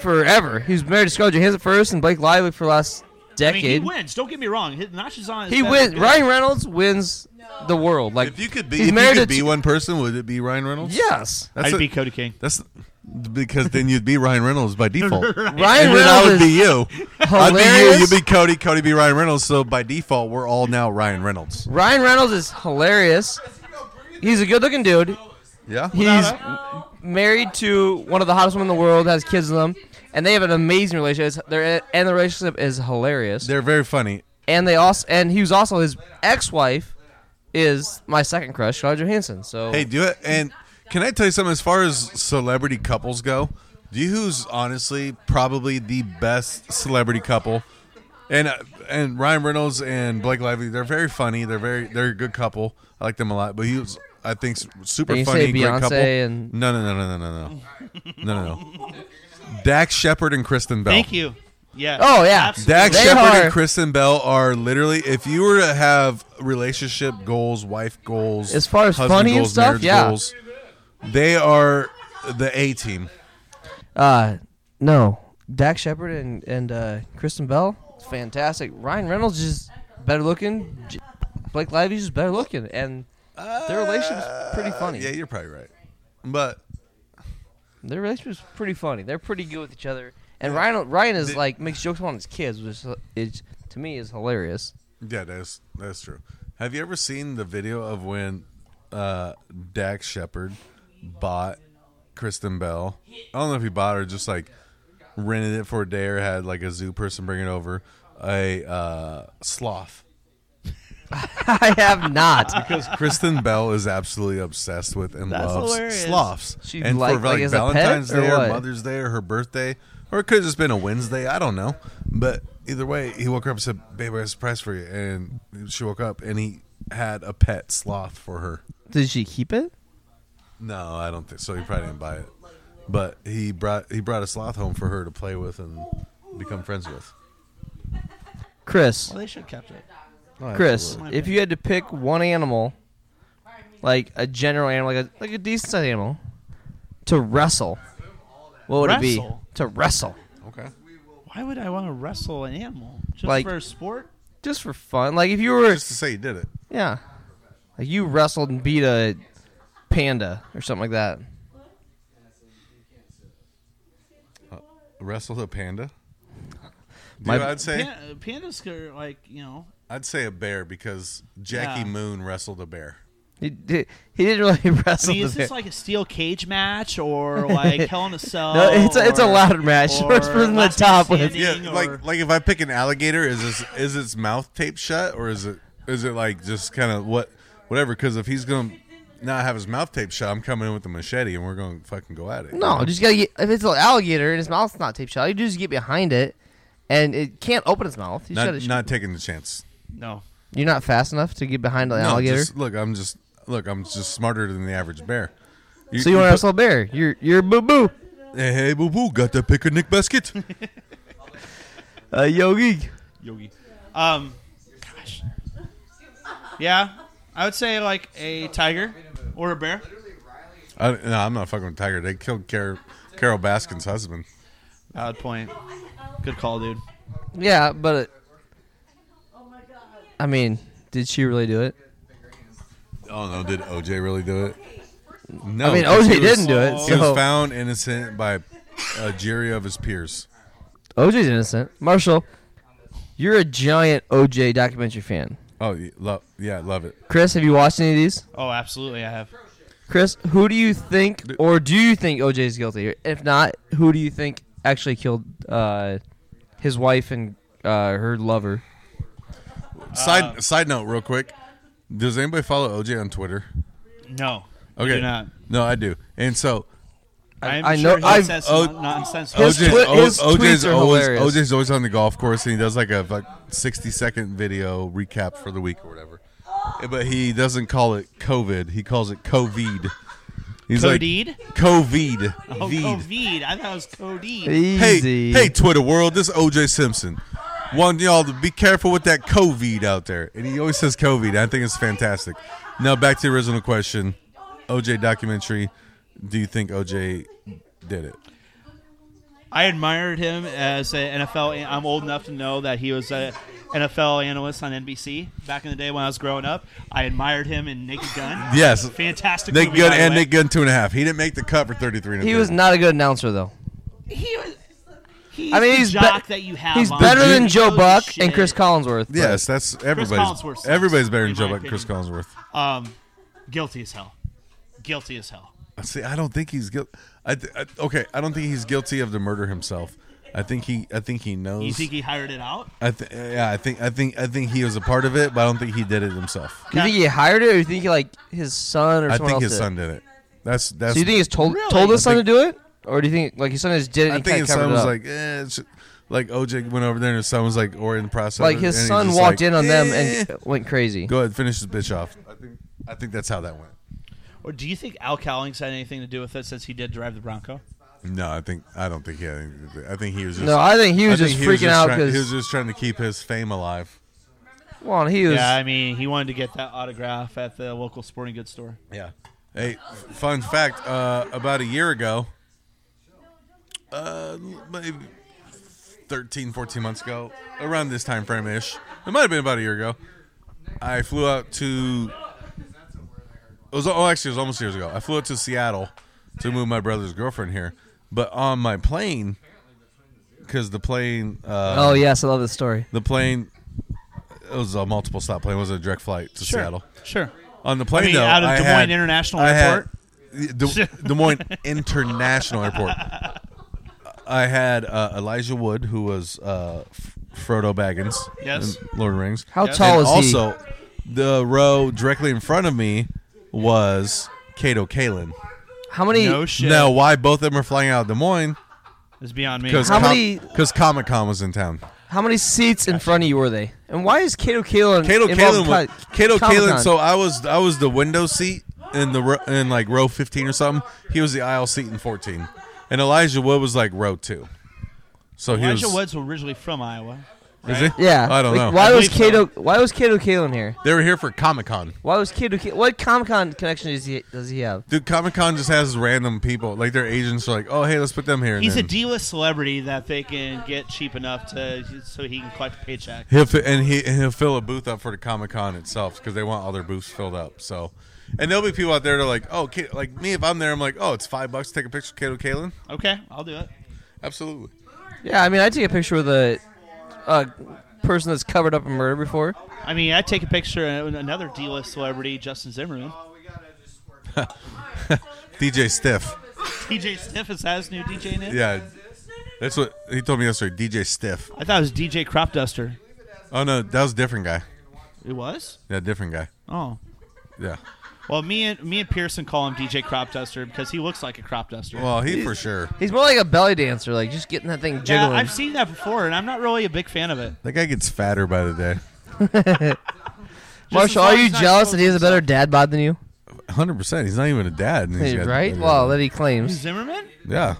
forever. He was married to Scarlett Johansson first, and Blake Lively for the last
I mean, he
decade.
wins. Don't get me wrong. His notches on. His
he
pen
wins.
are good.
Ryan Reynolds wins the world. Like
if you could be,
he's
if you
married to
could be
two-
one person, would it be Ryan Reynolds?
Yes,
that's
I'd
a-
be Cody King.
that's because then you'd be Ryan Reynolds
[laughs]
by default.
Ryan
And then I would
Reynolds
be
is
you. I'd be you.
hilarious.
You'd be Cody. Cody be Ryan Reynolds. So by default, we're all now Ryan Reynolds.
Ryan Reynolds is hilarious. He's a good-looking dude.
Yeah.
He's married to one of the hottest women in the world, has kids with them, and they have an amazing relationship. Their and the relationship is hilarious.
They're very funny.
and they also and he was also his ex-wife is my second crush, Scarlett Johansson. So
Hey, do it. And can I tell you something? As far as celebrity couples go, do you who's honestly probably the best celebrity couple and uh, and Ryan Reynolds and Blake Lively, they're very funny. They're very they're a good couple. I like them a lot. But he was, I think, s- super
Did you
funny.
say
great
Beyonce
couple.
and-
no, no, no, no, no, no, no, no, no, no. Dax Shepard and Kristen Bell.
Thank you. Yeah.
Oh, yeah.
Absolutely.
Dax
They
Shepard
are-
and Kristen Bell are literally, if you were to have relationship goals, wife goals,
As far as
husband
funny and
goals,
stuff,
marriage
yeah.
goals, they are the A team.
Uh, no, Dax Shepard and and uh, Kristen Bell, fantastic. Ryan Reynolds is better looking. J- Blake Lively's just better looking, and their relationship's pretty funny.
Uh, Yeah, you're probably right. But
Their relationship's pretty funny. They're pretty good with each other. And Ryan Ryan is
Did-
like makes jokes on his kids, which is to me is
[laughs]
hilarious.
yeah, that's that's true. Have you ever seen the video of when uh, Dax Shepard bought Kristen Bell? I don't know if he bought her, just like rented it for a day or had like a zoo person bring it over. A uh, sloth.
I have [laughs] not.
Because Kristen Bell is absolutely obsessed with and
That's
loves
hilarious.
sloths.
She
and
like-
for
like
like,
as a pet
Valentine's
or
Day or
what?
Mother's Day or her birthday, or it could have just been a Wednesday. I don't know. But either way, he woke her up and said, "Babe, I got a surprise for you." And she woke up and he had a pet sloth for her.
Did she keep it?
No, I don't think so. He probably didn't buy it, but he brought he brought a sloth home for her to play with and become friends with.
Chris,
Well, they should have kept it.
Chris,
My
if you had to pick one animal, like a general animal, like a like a decent sized animal, to wrestle, what would it
Wrestle?
be? To wrestle,
Okay.
Why would I want to wrestle an animal? Just
Like-
for a sport?
just for fun. Like if you were,
Just to say, you did it.
yeah, like you wrestled and beat a panda or something like that.
Wrestled a panda. Dude,
My-
I'd say
Pan- pandas are like, you know,
I'd say a bear because Jackie
Yeah.
Moon wrestled a bear.
He did, he didn't really [laughs]
I
wrestle.
mean, is
the
this
bear.
like a steel cage match or like
[laughs]
Hell in a Cell?
No, it's a- it's a
or-
ladder match. [laughs]
or
First person to
Last Man
top with.
Standing
Yeah,
or-
like like if I pick an alligator, is this is its mouth taped shut or is it is it like just kind of what whatever? Because if he's gonna not have his mouth taped shut, I'm coming in with a machete and we're gonna fucking go at it.
No, just gotta get. If it's an alligator and his mouth's not taped shut, you just get behind it, and it can't open its mouth. You just
not
gotta-
not taking the chance.
no.
You're not fast enough to get behind an
No,
alligator.
just- look, I'm just look, I'm just smarter than the average bear.
so you want to
put-
wrestle a bear? You're you're boo boo.
Hey, hey, boo boo, got that
[laughs]
picnic basket.
Uh, yogi.
Yogi. Um, gosh. Yeah, I would say like a tiger or a bear.
I, no, I'm not fucking with tiger. They killed Car- Carol Baskin's husband.
Valid point. Good call, dude.
Yeah, but it, I mean, did she really do it?
Oh no! Did OJ really do it? No,
I mean,
'cause
OJ
he Oh, was-
didn't do it.
He was
So
found innocent by a jury of his peers.
OJ's innocent. Marshall, you're a giant OJ documentary fan.
Oh, y- love, yeah, love it.
Chris, have you watched any of these?
Oh, absolutely, I have.
Chris, who do you think, or do you think OJ is guilty? If not, who do you think actually killed uh, his wife and uh, her lover?
Side
Uh,
side note, real quick. Does anybody follow OJ on Twitter?
No. I
Okay,
Do not.
no, I do. And so
I'm
I know-
sure
I've-
he says
oh,
some nonsense.
His
OJ,
twi-
O-
his
OJ's
tweets are
always
hilarious.
OJ's always on the golf course, and he does like a like sixty second video recap for the week or whatever. But he doesn't call it COVID. He calls it COVID. He's
Codeed?
like COVID.
Oh,
Veed.
Covid. I thought it was Cody.
Easy.
Hey, hey, Twitter world, this is OJ Simpson. Want y'all to be careful with that COVID out there. And he always says COVID. I think it's fantastic. Now back to the original question. OJ documentary. Do you think OJ did it?
I admired him as an NFL. an- I'm old enough to know that he was an NFL analyst on NBC back in the day when I was growing up. I admired him in Naked Gun.
Yes.
Fantastic
Nick
movie,
Gunn
by the
and
way.
Nick Gunn two and a half. He didn't make the cut for thirty three.
He was not a good announcer though.
He was. He's
I mean,
the
he's be-
jock that you have.
He's
on.
better
He
than Joe
knows
Buck
shit.
and Chris Collinsworth. but-
Yes, that's everybody's.
Collinsworth sucks,
Everybody's better than
in
Joe
my
Buck. Chris
opinion.
Collinsworth.
Um, guilty as hell. Guilty as hell.
See, I don't think he's guilty. I, th- I, okay, I don't think he's guilty of the murder himself. I think he. I think he knows.
You think he hired it out?
I th- yeah, I think I think I think he was a part of it, but I don't think he did it himself.
Do you think he hired it, or you think like his son or
I
someone else
think his
did it?
son did it. That's that's.
So you think he's told
Really?
told his
I
son
think-
to do it, or do you think like his son just did it?
I
and
think
kinda
his
covered
son
it
was
up?
like, eh, it's- like OJ went over there and his son was like, or in the process.
Like his son walked in on them and went crazy.
"Eh." Go ahead, finish this bitch off. I think I think that's how that went.
Or do you think Al Cowlings had anything to do with it since he did drive the Bronco?
No, I think I don't think he. Had anything to do- I think he was just.
No, I think he
I
was
think
just
he
freaking out
trying- he was
because
just trying to keep his fame alive.
well, he was.
Yeah, I mean, he wanted to get that autograph at the local sporting goods store.
Yeah. Hey, f- fun fact: uh, about a year ago, uh, maybe 13, 14 months ago, around this time frame ish, it might have been about a year ago. I flew out to. It was oh, actually, it was almost years ago. I flew out to Seattle to move my brother's girlfriend here, but on my plane, because the plane. Uh,
oh yes, I love this story.
The plane. It was a multiple stop plane. It wasn't a direct flight to Seattle.
Sure.
On the plane,
I mean,
though,
out of
I
Des Moines
had-
International
I had-
Airport?
Des, Des
[laughs]
Moines International Airport. I had uh, Elijah Wood, who was uh, F- Frodo Baggins,
Yes.
in Lord of the Rings.
How
Yeah.
tall
and
is
also, the row directly in front of me was Cato Kalin.
he? How many?
No shit.
Now, why both of them are flying out of Des Moines?
It's beyond me.
Because
How many-
Comic Con was in town.
How many seats in front of you were they? And why is Kato Kalin?
Cato
involved
Kalin,
in
was,
co-
Cato Kalin.
Comic-Con?
So I was I was the window seat in the ro- in like row fifteen or something. He was the aisle seat in fourteen, and Elijah Wood was like row two. So he
Elijah
was.
Woods was originally from Iowa.
is he?
yeah,
I don't
like,
know.
Why
I
was
believe
Kato?
so.
Why was Kato Kalin here?
They were here for Comic Con.
Why was Kato? Ka- What Comic Con connection does he does he have?
Dude, Comic Con just has random people. Like their agents are like, oh hey, let's put them here. and
He's a
then-
D-list celebrity that they can get cheap enough to so he can collect a paycheck.
He'll fi- and he and he'll fill a booth up for the Comic Con itself because they want all their booths filled up. So, and there'll be people out there that are like, oh, Ka- like me if I'm there, I'm like, oh, it's five bucks to take a picture of Cato Kalin.
Okay, I'll do it.
Absolutely.
Yeah, I mean, I take a picture with a, a person that's covered up in murder before.
I mean, I'd take a picture of another D-list celebrity, Justin Zimmerman. [laughs]
DJ Stiff.
DJ Stiff, is that his new DJ name?
Yeah. That's what he told me yesterday. DJ Stiff.
I thought it was DJ Crop Duster.
Oh no, that was a different guy.
It was?
Yeah, different guy.
Oh.
Yeah.
Well, me and me and Pearson call him DJ Crop Duster because he looks like a crop duster.
Well, he for sure.
He's more like a belly dancer, like just getting that thing
yeah,
jiggling.
I've seen that before, and I'm not really a big fan of it.
That guy gets fatter by the day.
as
Marshall,
long
are
as
you
he's not
jealous
exposing
that he has a better dad bod than you?
Hundred percent. He's not even a dad. and he's got-
right?
he's got-
Well, that he claims.
Zimmerman,
yeah.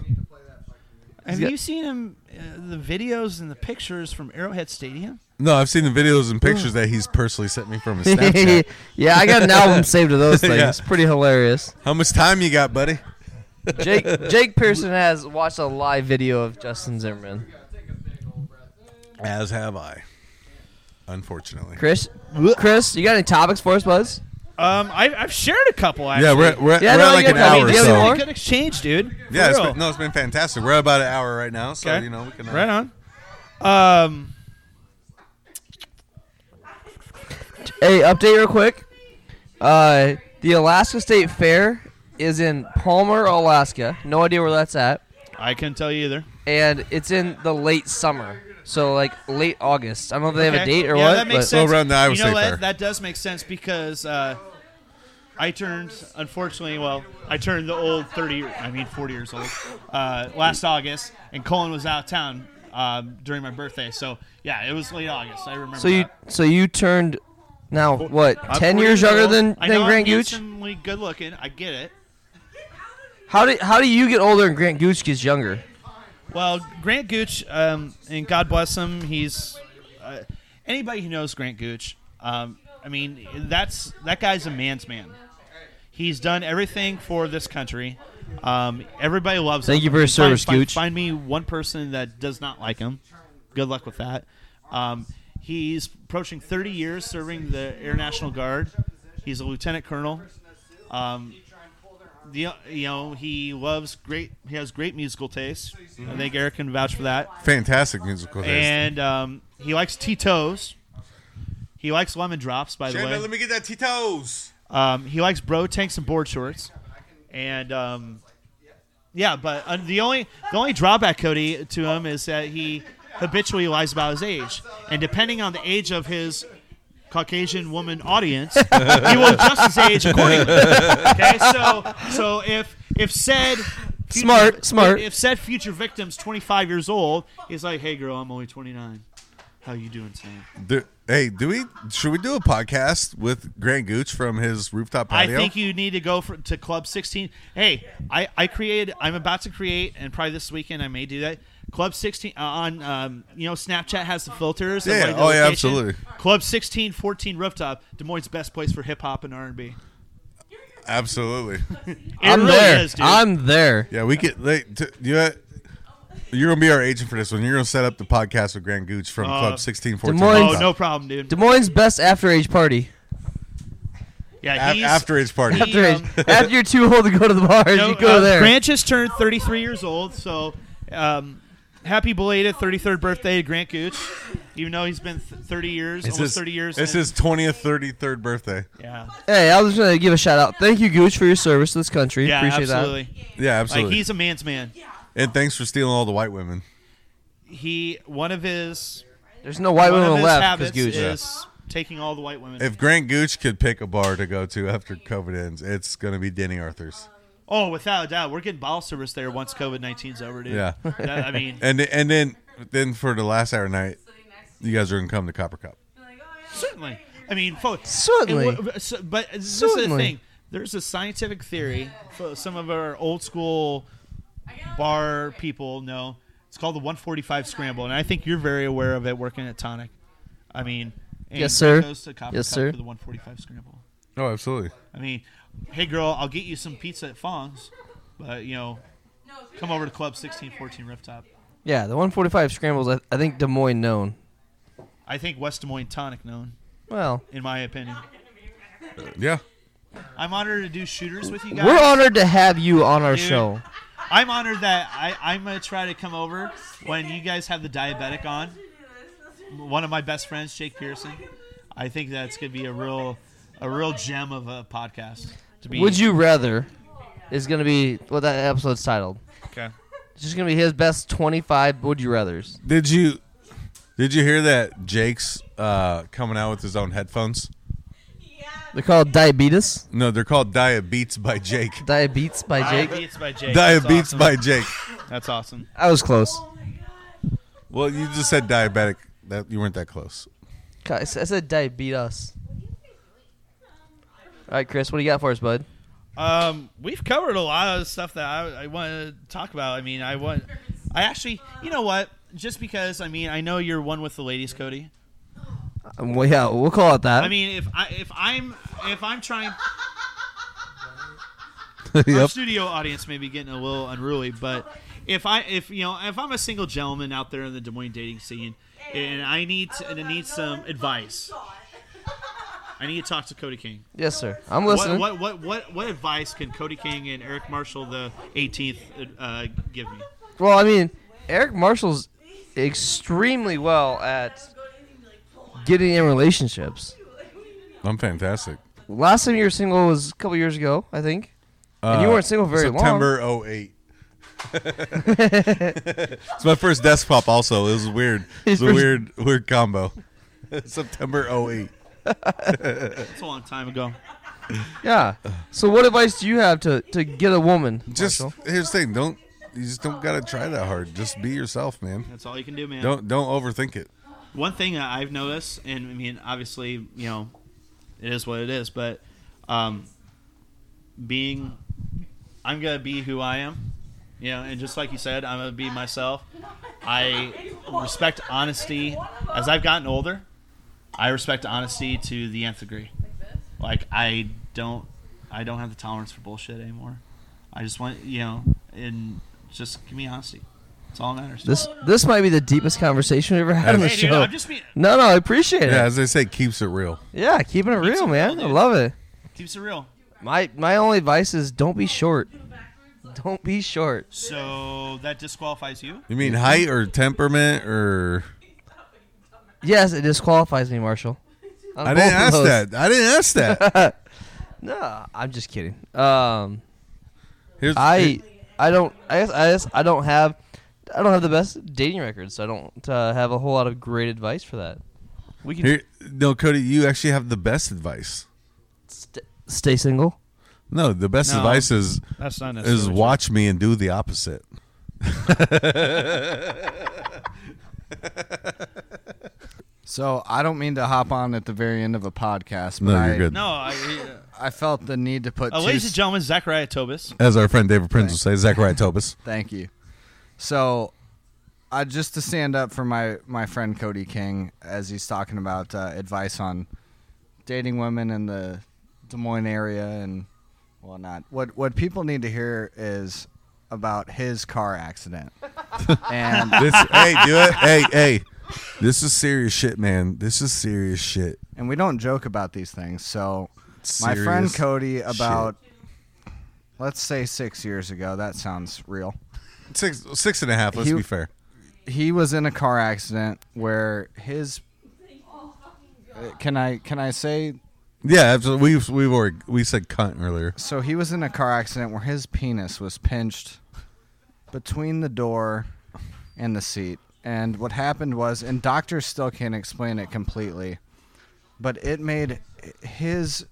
have
got-
you seen him uh, the videos and the pictures from Arrowhead Stadium?
No, I've seen the videos and pictures that he's personally sent me from his Snapchat.
[laughs] yeah, I got an
[laughs]
album saved of those things.
Yeah.
It's pretty hilarious.
How much time you got, buddy?
Jake Jake Pearson has watched a live video of Justin Zimmerman.
As have I. Unfortunately.
Chris, Chris, you got any topics for us, Buzz?
Um, I, I've shared a couple actually.
Yeah, we're at, we're at,
Yeah,
we're
no,
at like
you
an
got- I mean,
hour.
do you
so.
have any more?
good exchange, dude. For
Yeah, it's
real.
been, no, it's been fantastic. We're at about an hour right now, so
Okay.
you know we can. uh,
right on. Um,
Hey, update real quick. Uh, the Alaska State Fair is in Palmer, Alaska. No idea where that's at.
I couldn't tell you either.
And it's in the late summer. So, like, late August. I don't know if they have a
Okay.
date or
yeah,
what.
that makes
but
So
sense.
around the Iowa
you know
State
what?
Fair.
That does make sense because uh, I turned, unfortunately, well, I turned the old 30, I mean 40 years old, uh, last August, and Colin was out of town um, during my birthday. So, yeah, it was late August. I remember
So you,
that.
so you turned now what?
I'm
10
40
years younger
old.
than
I
than
know
Grant
I'm
Gooch.
handsomely good looking. I get it.
How do how do you get older and Grant Gooch gets younger?
Well, Grant Gooch, um, and God bless him, he's uh, anybody who knows Grant Gooch. Um, I mean, that's that guy's a man's man. He's done everything for this country. Um, everybody loves
Thank
him.
you for your
Find-
service,
find,
Gooch.
Find me one person that does not like him. Good luck with that. Um, he's approaching 30 years serving the Air National Guard. He's a lieutenant colonel. Um, the, you know he loves great. He has great musical taste. I think Eric can vouch for that.
Fantastic musical taste.
And um, he likes Tito's. He likes lemon drops, by the way.
me get that Tito's.
Um, he likes bro tanks and board shorts. And um, yeah, but uh, the only the only drawback, Cody, to him is that he habitually lies about his age. And depending on the age of his Caucasian woman audience, he will adjust his age accordingly. Okay, so so if if said future-
Smart, smart.
If said future victim's 25 years old, he's like, "Hey, girl, I'm only 29. How you doing tonight?"
Do, hey, do we should we do a podcast with Grant Gooch from his rooftop
I
patio?
think you need to go for, to Club 16. Hey, I I created. I'm about to create, and probably this weekend I may do that. Club 16 uh, on um, you know Snapchat has the filters. of,
Yeah,
like, the
oh, yeah,
location.
absolutely.
Club 16, 14 rooftop, Des Moines' best place for hip hop and R&B.
Absolutely.
It
I'm
really
there.
is, dude.
I'm there.
Yeah, we get they, t- you. know what? You're gonna be our agent for this one. You're gonna set up the podcast with Grant Gooch from
Uh,
Club 1614.
Des Moines-
oh, no problem, dude.
Des Moines' best after age party.
yeah,
A-
he's,
after his party.
He,
After age,
um,
after you're too old to go to the bars,
No,
you go
uh,
there.
Grant just turned 33 years old, so um, happy belated 33rd birthday to Grant Gooch. Even though he's been th- 30 years,
It's
almost
his-
30 years.
It's
in-
his 20th, 33rd birthday.
yeah,
hey, I was just gonna give a shout out. Thank you, Gooch, for your service to this country.
yeah,
Appreciate
absolutely.
Yeah,
Like
absolutely.
he's a man's man.
and thanks for stealing all the white women.
He one of his
that. There's no white
one of
women
his
left
habits
because Gooch.
is taking all the white women.
If Grant Gooch could pick a bar to go to after COVID ends, it's gonna be Denny Arthur's.
oh, without a doubt, we're getting bottle service there once COVID 19's over, dude.
Yeah.
That-
[laughs]
I mean,
And and then then for the last hour night, you guys are gonna come to Copper Cup.
certainly. I mean, fo-
Certainly.
And what- so- but this is the
Certainly.
thing. There's a scientific theory. for Some of our old school bar people know it's called the 145 scramble, and I think you're very aware of it working at Tonic. I mean, and
Yes, sir.
Goes to Copper
Yes,
Cup
sir.
For the 145 scramble.
Oh, absolutely.
I mean, hey girl, I'll get you some pizza at Fong's, but you know, come over to Club 1614 Rooftop.
Yeah, the 145 scrambles. I, I think Des Moines known.
I think West Des Moines Tonic known,
Well,
in my opinion.
Yeah.
I'm honored to do shooters with you guys.
we're honored to have you on our
Dude.
show.
I'm honored that I, I'm gonna try to come over when you guys have the diabetic on. One of my best friends, Jake Pearson. I think that's gonna be a real, a real gem of a podcast. To be,
Would you rather? Is gonna be what that episode's titled.
Okay.
It's just gonna be his best 25 would you rather's.
Did you did you hear that Jake's uh, coming out with his own headphones?
They're called diabetes.
No, they're called Diabetes
[laughs]
by Jake.
Diabetes by Jake.
Diabetes by Jake.
Diabetes by Jake.
Jake. That's awesome.
I was close.
Well, you just said diabetic. That you weren't
[laughs]
that close.
God, I s- I said diabetes. All right, Chris, what do you got for us, bud?
Um, we've covered a lot of stuff that I, I want to talk about. I mean, I want, I actually, you know what? Just because, I mean, I know you're one with the ladies, Cody.
Um, well, yeah, we'll call it that.
I mean, if I if I'm if I'm trying. Our
yep.
studio audience may be getting a little unruly, but if I if you know if I'm a single gentleman out there in the Des Moines dating scene and I need to, and I need some advice, I need to talk to Cody King.
yes, sir. I'm
What,
listening.
what what what what advice can Cody King and Eric Marshall the 18th uh, give me?
Well, I mean, Eric Marshall's extremely well at getting in relationships.
I'm fantastic.
Last time you were single was a couple years ago, I think. And you
Uh,
weren't single very
September 08. [laughs] it's my first desk pop. Also, it was
[laughs]
weird. It's a
His first-
weird, weird combo. [laughs] September 08.
That's a long time ago.
long. Yeah. So, what advice do you have to, to get a woman?
Just
Marshall?
here's the thing. Don't you just don't gotta try that hard. Just be yourself, man.
That's all you can do, man.
Don't don't overthink it.
One thing that I've noticed, and I mean, obviously, you know, it is what it is, but um, being, I'm gonna be who I am, you know, and just like you said, I'm gonna be myself. I respect honesty. As I've gotten older, I respect honesty to the nth degree. Like I don't, I don't have the tolerance for bullshit anymore. I just want, you know, and just give me honesty. That's all that matters.
This this might be the deepest conversation we've ever had on the
hey, dude,
show.
I'm just being.
No, no, I appreciate
Yeah,
it.
as they say, keeps it real.
Yeah, keeping it real,
it
man.
real,
I
dude.
love it.
Keeps it real.
My my only advice is don't be short. Don't be short.
So that disqualifies you.
You mean height or temperament or?
Yes, it disqualifies me, Marshall. On
I
Uh, both
didn't
of
ask
those.
that. I didn't ask that.
No, I'm just kidding. Um,
Here's,
I I don't I guess, I guess I don't have I don't have the best dating record, so I don't uh, have a whole lot of great advice for that. We can
Here, no, Cody, you actually have the best advice.
st- stay single.
No, the best
No.
advice is
That's not necessarily
is
true.
watch me and do the opposite. [laughs]
So I don't mean to hop on at the very end of a podcast, but
No, you're
I,
good.
No, I,
I felt the need to put
uh,
two
ladies and
s-
gentlemen, Zachariah Tobis.
As our friend David Prince will say, Zachariah Tobis.
Thank you. So, I just to stand up for my my friend Cody King as he's talking about uh, advice on dating women in the Des Moines area and whatnot. What what people need to hear is about his
[laughs]
car accident. and
This, hey, do it. Hey, hey. This is serious shit, man. This is serious shit.
and we don't joke about these things. So, my friend
Serious
Cody about let's say 6 years ago, that sounds real.
Six, six and a half. Let's
He-
be fair.
he was in a car accident where his Uh, can I can I say
Yeah, absolutely. We've we've already we said cunt earlier.
so he was in a car accident where his penis was pinched between the door and the seat and what happened was and doctors still can't explain it completely but it made his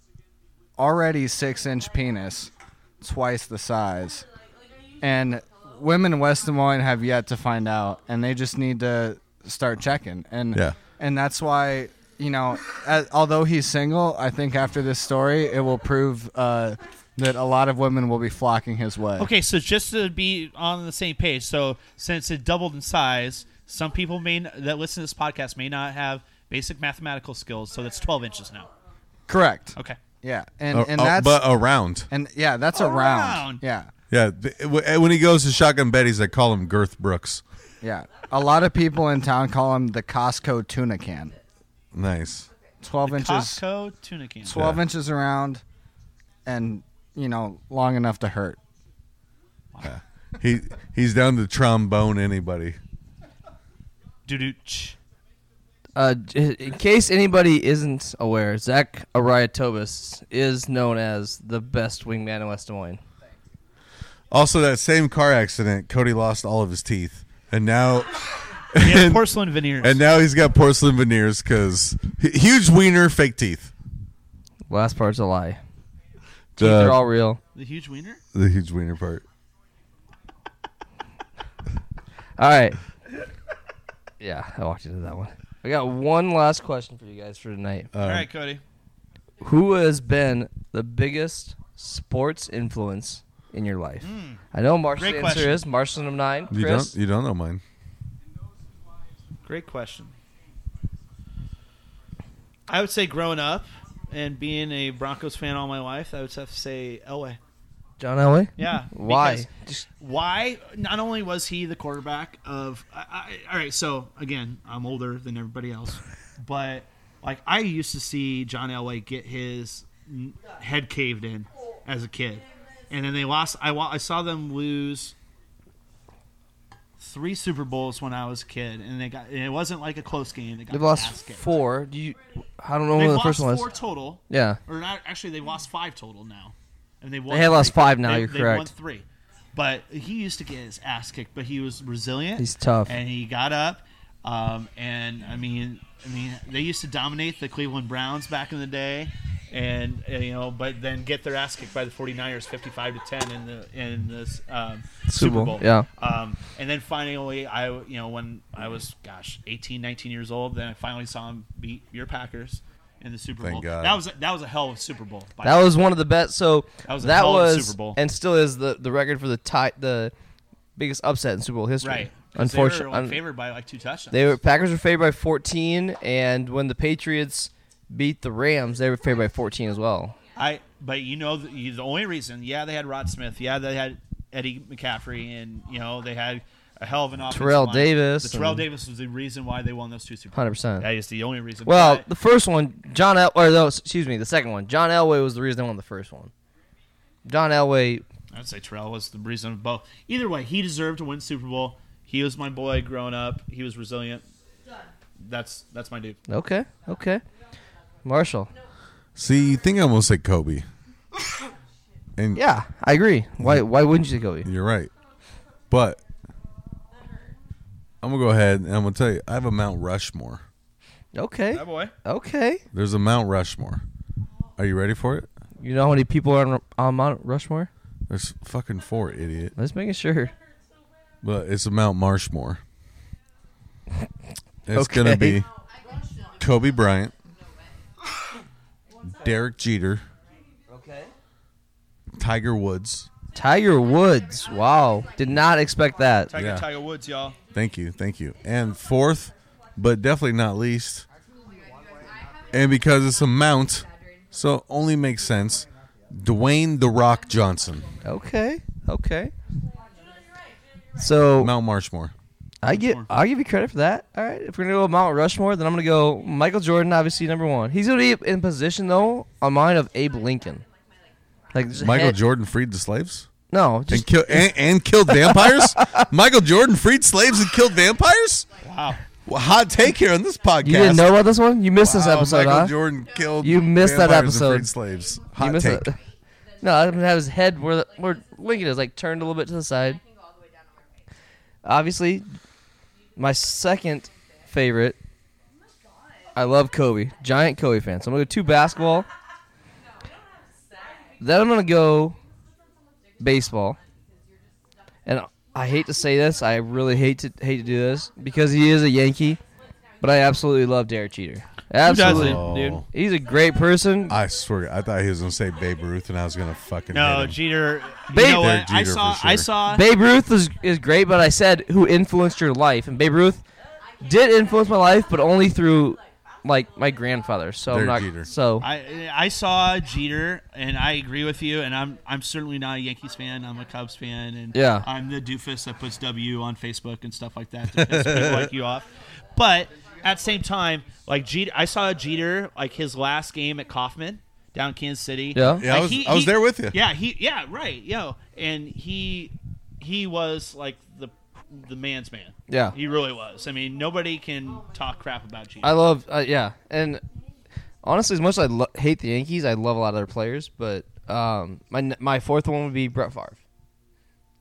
already 6 inch penis twice the size and women in West Des Moines have yet to find out, and they just need to start checking. And
Yeah.
and that's why you know, a- although he's single, I think after this story, it will prove uh, that a lot of women will be flocking his way.
Okay, so just to be on the same page, so since it doubled in size, some people may n- that listen to this podcast may not have basic mathematical skills, so that's 12 inches now.
correct.
Okay.
Yeah, and
Uh,
and
uh,
that's
but around.
and yeah, that's around.
Around.
Yeah,
Yeah, th- w- and when he goes to Shotgun Betty's, I call him Girth Brooks.
yeah. A lot of people in town call him the Costco tuna can.
Nice.
Twelve inches.
Costco tuna can.
12
Yeah.
inches around and you know long enough to hurt
He he's down to trombone anybody.
Doo-dooch.
Uh, j- in case anybody isn't aware, Zach Araya Tobis is known as the best wingman in West Des Moines.
Also, that same car accident, Cody lost all of his teeth, and now
[laughs] He
[laughs]
has
And-
porcelain veneers.
and now he's got porcelain veneers because huge wiener, fake teeth.
Last part's a lie.
The,
They're all real.
the huge wiener?
the huge wiener part.
All right. [laughs] Yeah, I walked into that one. I got one last question for you guys for tonight.
Um,
All right, Cody.
Who has been the biggest sports influence in your life? I know Marshall's
Hmm. Great
answer
question.
is Marshall number nine.
You
Chris,
don't you don't know mine.
Great question. I would say growing up and being a Broncos fan all my life, I would have to say Elway.
John Elway.
Yeah.
Why?
because- why not only was he the quarterback of I, I, all right so again i'm older than everybody else but like i used to see john elway get his n- head caved in as a kid and then they lost i, wa- I saw them lose three super bowls when i was a kid and they got and it wasn't like a close game they got
They've lost
ass kicked.
four. Do you? I don't know when
they've
the
lost
first one was.
four total
Yeah.
or not actually they lost five total now and they won
They have lost
three.
five now,
They-
you're
they won
correct.
three but he used to get his ass kicked but he was resilient
He's tough.
and he got up um, and i mean i mean they used to dominate the cleveland browns back in the day and, and, you know but then get their ass kicked by the 49ers 55 to 10 in the in this um, super
Bowl,
bowl
yeah.
um, and then finally, I you know when I was gosh 18, 19 years old, then I finally saw him beat your Packers in the Super
Thank
Bowl.
God.
That was that was a hell of a Super Bowl. by
That was one of the best. So
That was a
that
hell of a
was-
Super Bowl.
and still is the, the record for the tie, the biggest upset in Super Bowl history.
right. 'Cause they
unfortunately,
were like, favored by like two touchdowns.
They were Packers were favored by 14, and when the Patriots beat the Rams, they were favored by 14 as well.
I but you know the, you, the only reason. Yeah, they had Rod Smith. Yeah, they had Eddie McCaffrey, and you know they had a hell of an offense.
Terrell Davis
But Terrell
and-
Davis was the reason why they won those two Super. Bowls.
100%.
That is the only reason.
Well,
But-
the first one, John El, or no, excuse me, the second one, John Elway was the reason they won the first one. John Elway,
I'd say Terrell was the reason of both. Either way, he deserved to win Super Bowl. He was my boy growing up. He was resilient. That's that's my dude.
okay, okay. Marshall,
See, you think I almost said Kobe. And
yeah, I agree. Why, why wouldn't you go? with you?
You're right. But I'm gonna go ahead and I'm gonna tell you I have a Mount Rushmore.
Okay,
That boy.
okay,
There's a Mount Rushmore. Are you ready for it?
You know how many people are on, on Mount Rushmore?
There's fucking four, idiot.
Let's make sure.
But it's Mount Marshmore. It's
Okay.
gonna be Kobe Bryant, Derek Jeter,
Okay.
Tiger Woods.
Tiger Woods. Wow. Did not expect that.
Tiger,
Yeah.
Tiger Woods, y'all.
Thank you, thank you. And fourth, but definitely not least, and because it's a mount, so it only makes sense. Dwayne the Rock Johnson,
Okay. Okay. So
Mount Marshmore.
I give I'll give you credit for that. All right, if we're gonna go Mount Rushmore, then I'm gonna go Michael Jordan, obviously number one. He's gonna be in position though on mine of Abe Lincoln. Like just
Michael
head-
Jordan freed the slaves
No,
and
just
kill and, and
[laughs]
killed vampires. Michael Jordan freed slaves and killed vampires.
Wow.
Well, hot take here on this podcast.
you didn't know about this one. You missed this
Wow,
episode,
Michael
huh?
Jordan killed.
You missed that
vampires and
episode.
freed slaves. Hot
you missed
take.
it. [laughs] No, I'm gonna have his head where the, where Lincoln is, like turned a little bit to the side. Obviously, my second favorite. I love Kobe, giant Kobe fan. So I'm gonna go two basketball. Then I'm gonna go baseball. And I hate to say this, I really hate to hate to do this because he is a Yankee, but I absolutely love Derek Cheater. Absolutely,
doesn't? Dude.
he's a great person.
I swear, I thought he was gonna say Babe Ruth, and I was gonna fucking hit
No,
him.
Jeter. you
Babe-
know what?
Derek
I
Jeter
saw.
for sure.
I saw.
Babe Ruth is, is great, but I said who influenced your life, and Babe Ruth did influence my life, but only through like my grandfather. So I'm
Derek
not
Jeter.
so
I I saw Jeter, and I agree with you. And I'm I'm certainly not a Yankees fan. I'm a Cubs fan, and
Yeah.
I'm the doofus that puts W on Facebook and stuff like that to piss people like you off. But at the same time, like Jeter, I saw Jeter like his last game at Kauffman down in Kansas City.
Yeah.
Yeah, I
Like,
was- I was there with you.
Yeah, he yeah right yo, and he he was like the the man's man.
Yeah.
he really was. I mean, nobody can talk crap about Jeter.
I love uh, yeah, and honestly, as much as I lo- hate the Yankees, I love a lot of their players. But um, my n- my fourth one would be Brett Favre.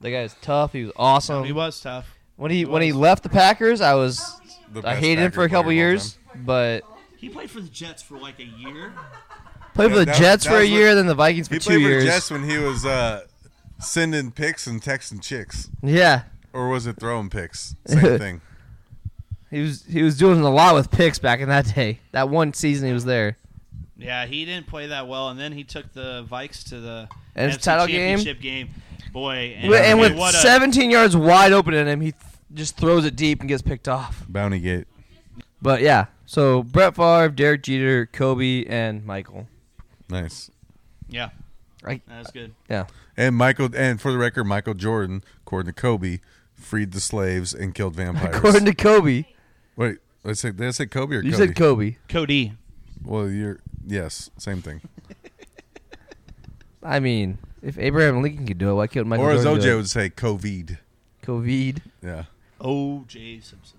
The guy is tough. He was awesome.
he was tough.
when he when he left the Packers, I was
The
I
best
hated him
Packer
for a couple
player of all
years, but
He played for the Jets for like a year.
played
Yeah,
for the
that was-
Jets
that
for a
was what-
year, then the Vikings for
He
two
played
years.
for Jets when he was uh, sending picks and texting chicks,
yeah,
or was it throwing picks?
[laughs]
Same thing.
He was he was doing a lot with picks back in that day. That one season he was there.
Yeah, he didn't play that well, and then he took the Vikes to the
And his
NFC
title game?
championship game. Boy, and,
Wi- and with
what a-
17 yards wide open in him, he th- just throws it deep and gets picked off.
Bounty Gate.
But yeah, so Brett Favre, Derek Jeter, Kobe, and Michael.
Nice.
yeah,
Right?
that was good.
Yeah.
And Michael, and for the record, Michael Jordan, according to Kobe, freed the slaves and killed
[laughs]
vampires.
According to Kobe,
Wait, I said, did I say Kobe or
you
Kobe?
said Kobe.
Cody,
Well, you're yes, same thing.
I mean, if Abraham Lincoln could do it, why couldn't Michael
Or as
Jordan do
OJ
it?
would say, COVID.
Covid.
Yeah.
O.J. Simpson.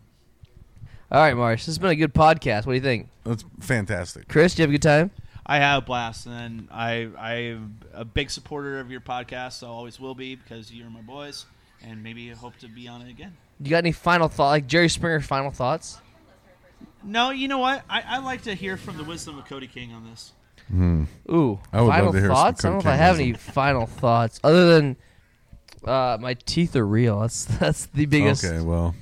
All right, Marsh, this has been a good podcast. What do you think,
That's fantastic.
Chris? Do you have a good time?
I had a blast, and I I'm a big supporter of your podcast. So I always will be because you're my boys, and maybe I hope to be on it again.
You got any final thought, like Jerry Springer final thoughts?
No, you know what? I, I like to hear from the wisdom of Cody King on this.
Ooh,
I would
final
love to hear some
thoughts. I don't know if I have any final thoughts other than uh, my teeth are real. [laughs] That's that's the biggest.
Okay, well,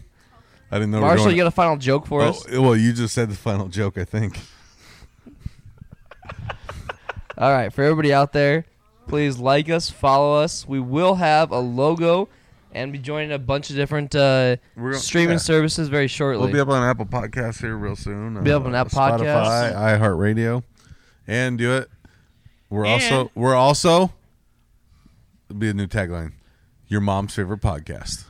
I didn't know. we
Marshall,
were
you got
going
a final joke for us?
oh, well, you just said the final joke, I think.
All right, for everybody out there, please like us, follow us. We will have a logo and be joining a bunch of different uh,
We're gonna-
streaming
yeah.
services very shortly.
We'll be up on Apple Podcasts here real soon. uh,
Be up on Apple
Spotify, iHeartRadio, and do it. We're also we're also it'll be a new tagline. Your mom's favorite podcast.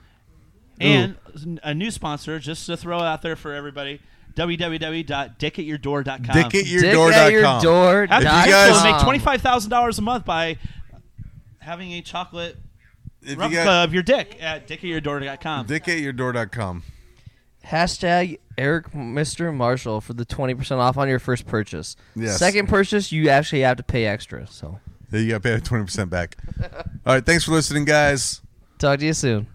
And a new sponsor, just to throw it out there for everybody, www.dickatyourdoor.com.
Dick at your
Dick
door.
at your door.
How
If you
can
dot
you
guys-
com.
make twenty five thousand dollars a month by having a chocolate
If you
replica
got
of your dick at dickatyourdoor.com?
dick at your door.com.
Hashtag Eric Mr. Marshall for the twenty percent off on your first purchase.
Yes.
Second purchase, you actually have to pay extra. So
You got to pay twenty percent back. All right, thanks for listening, guys.
talk to you soon.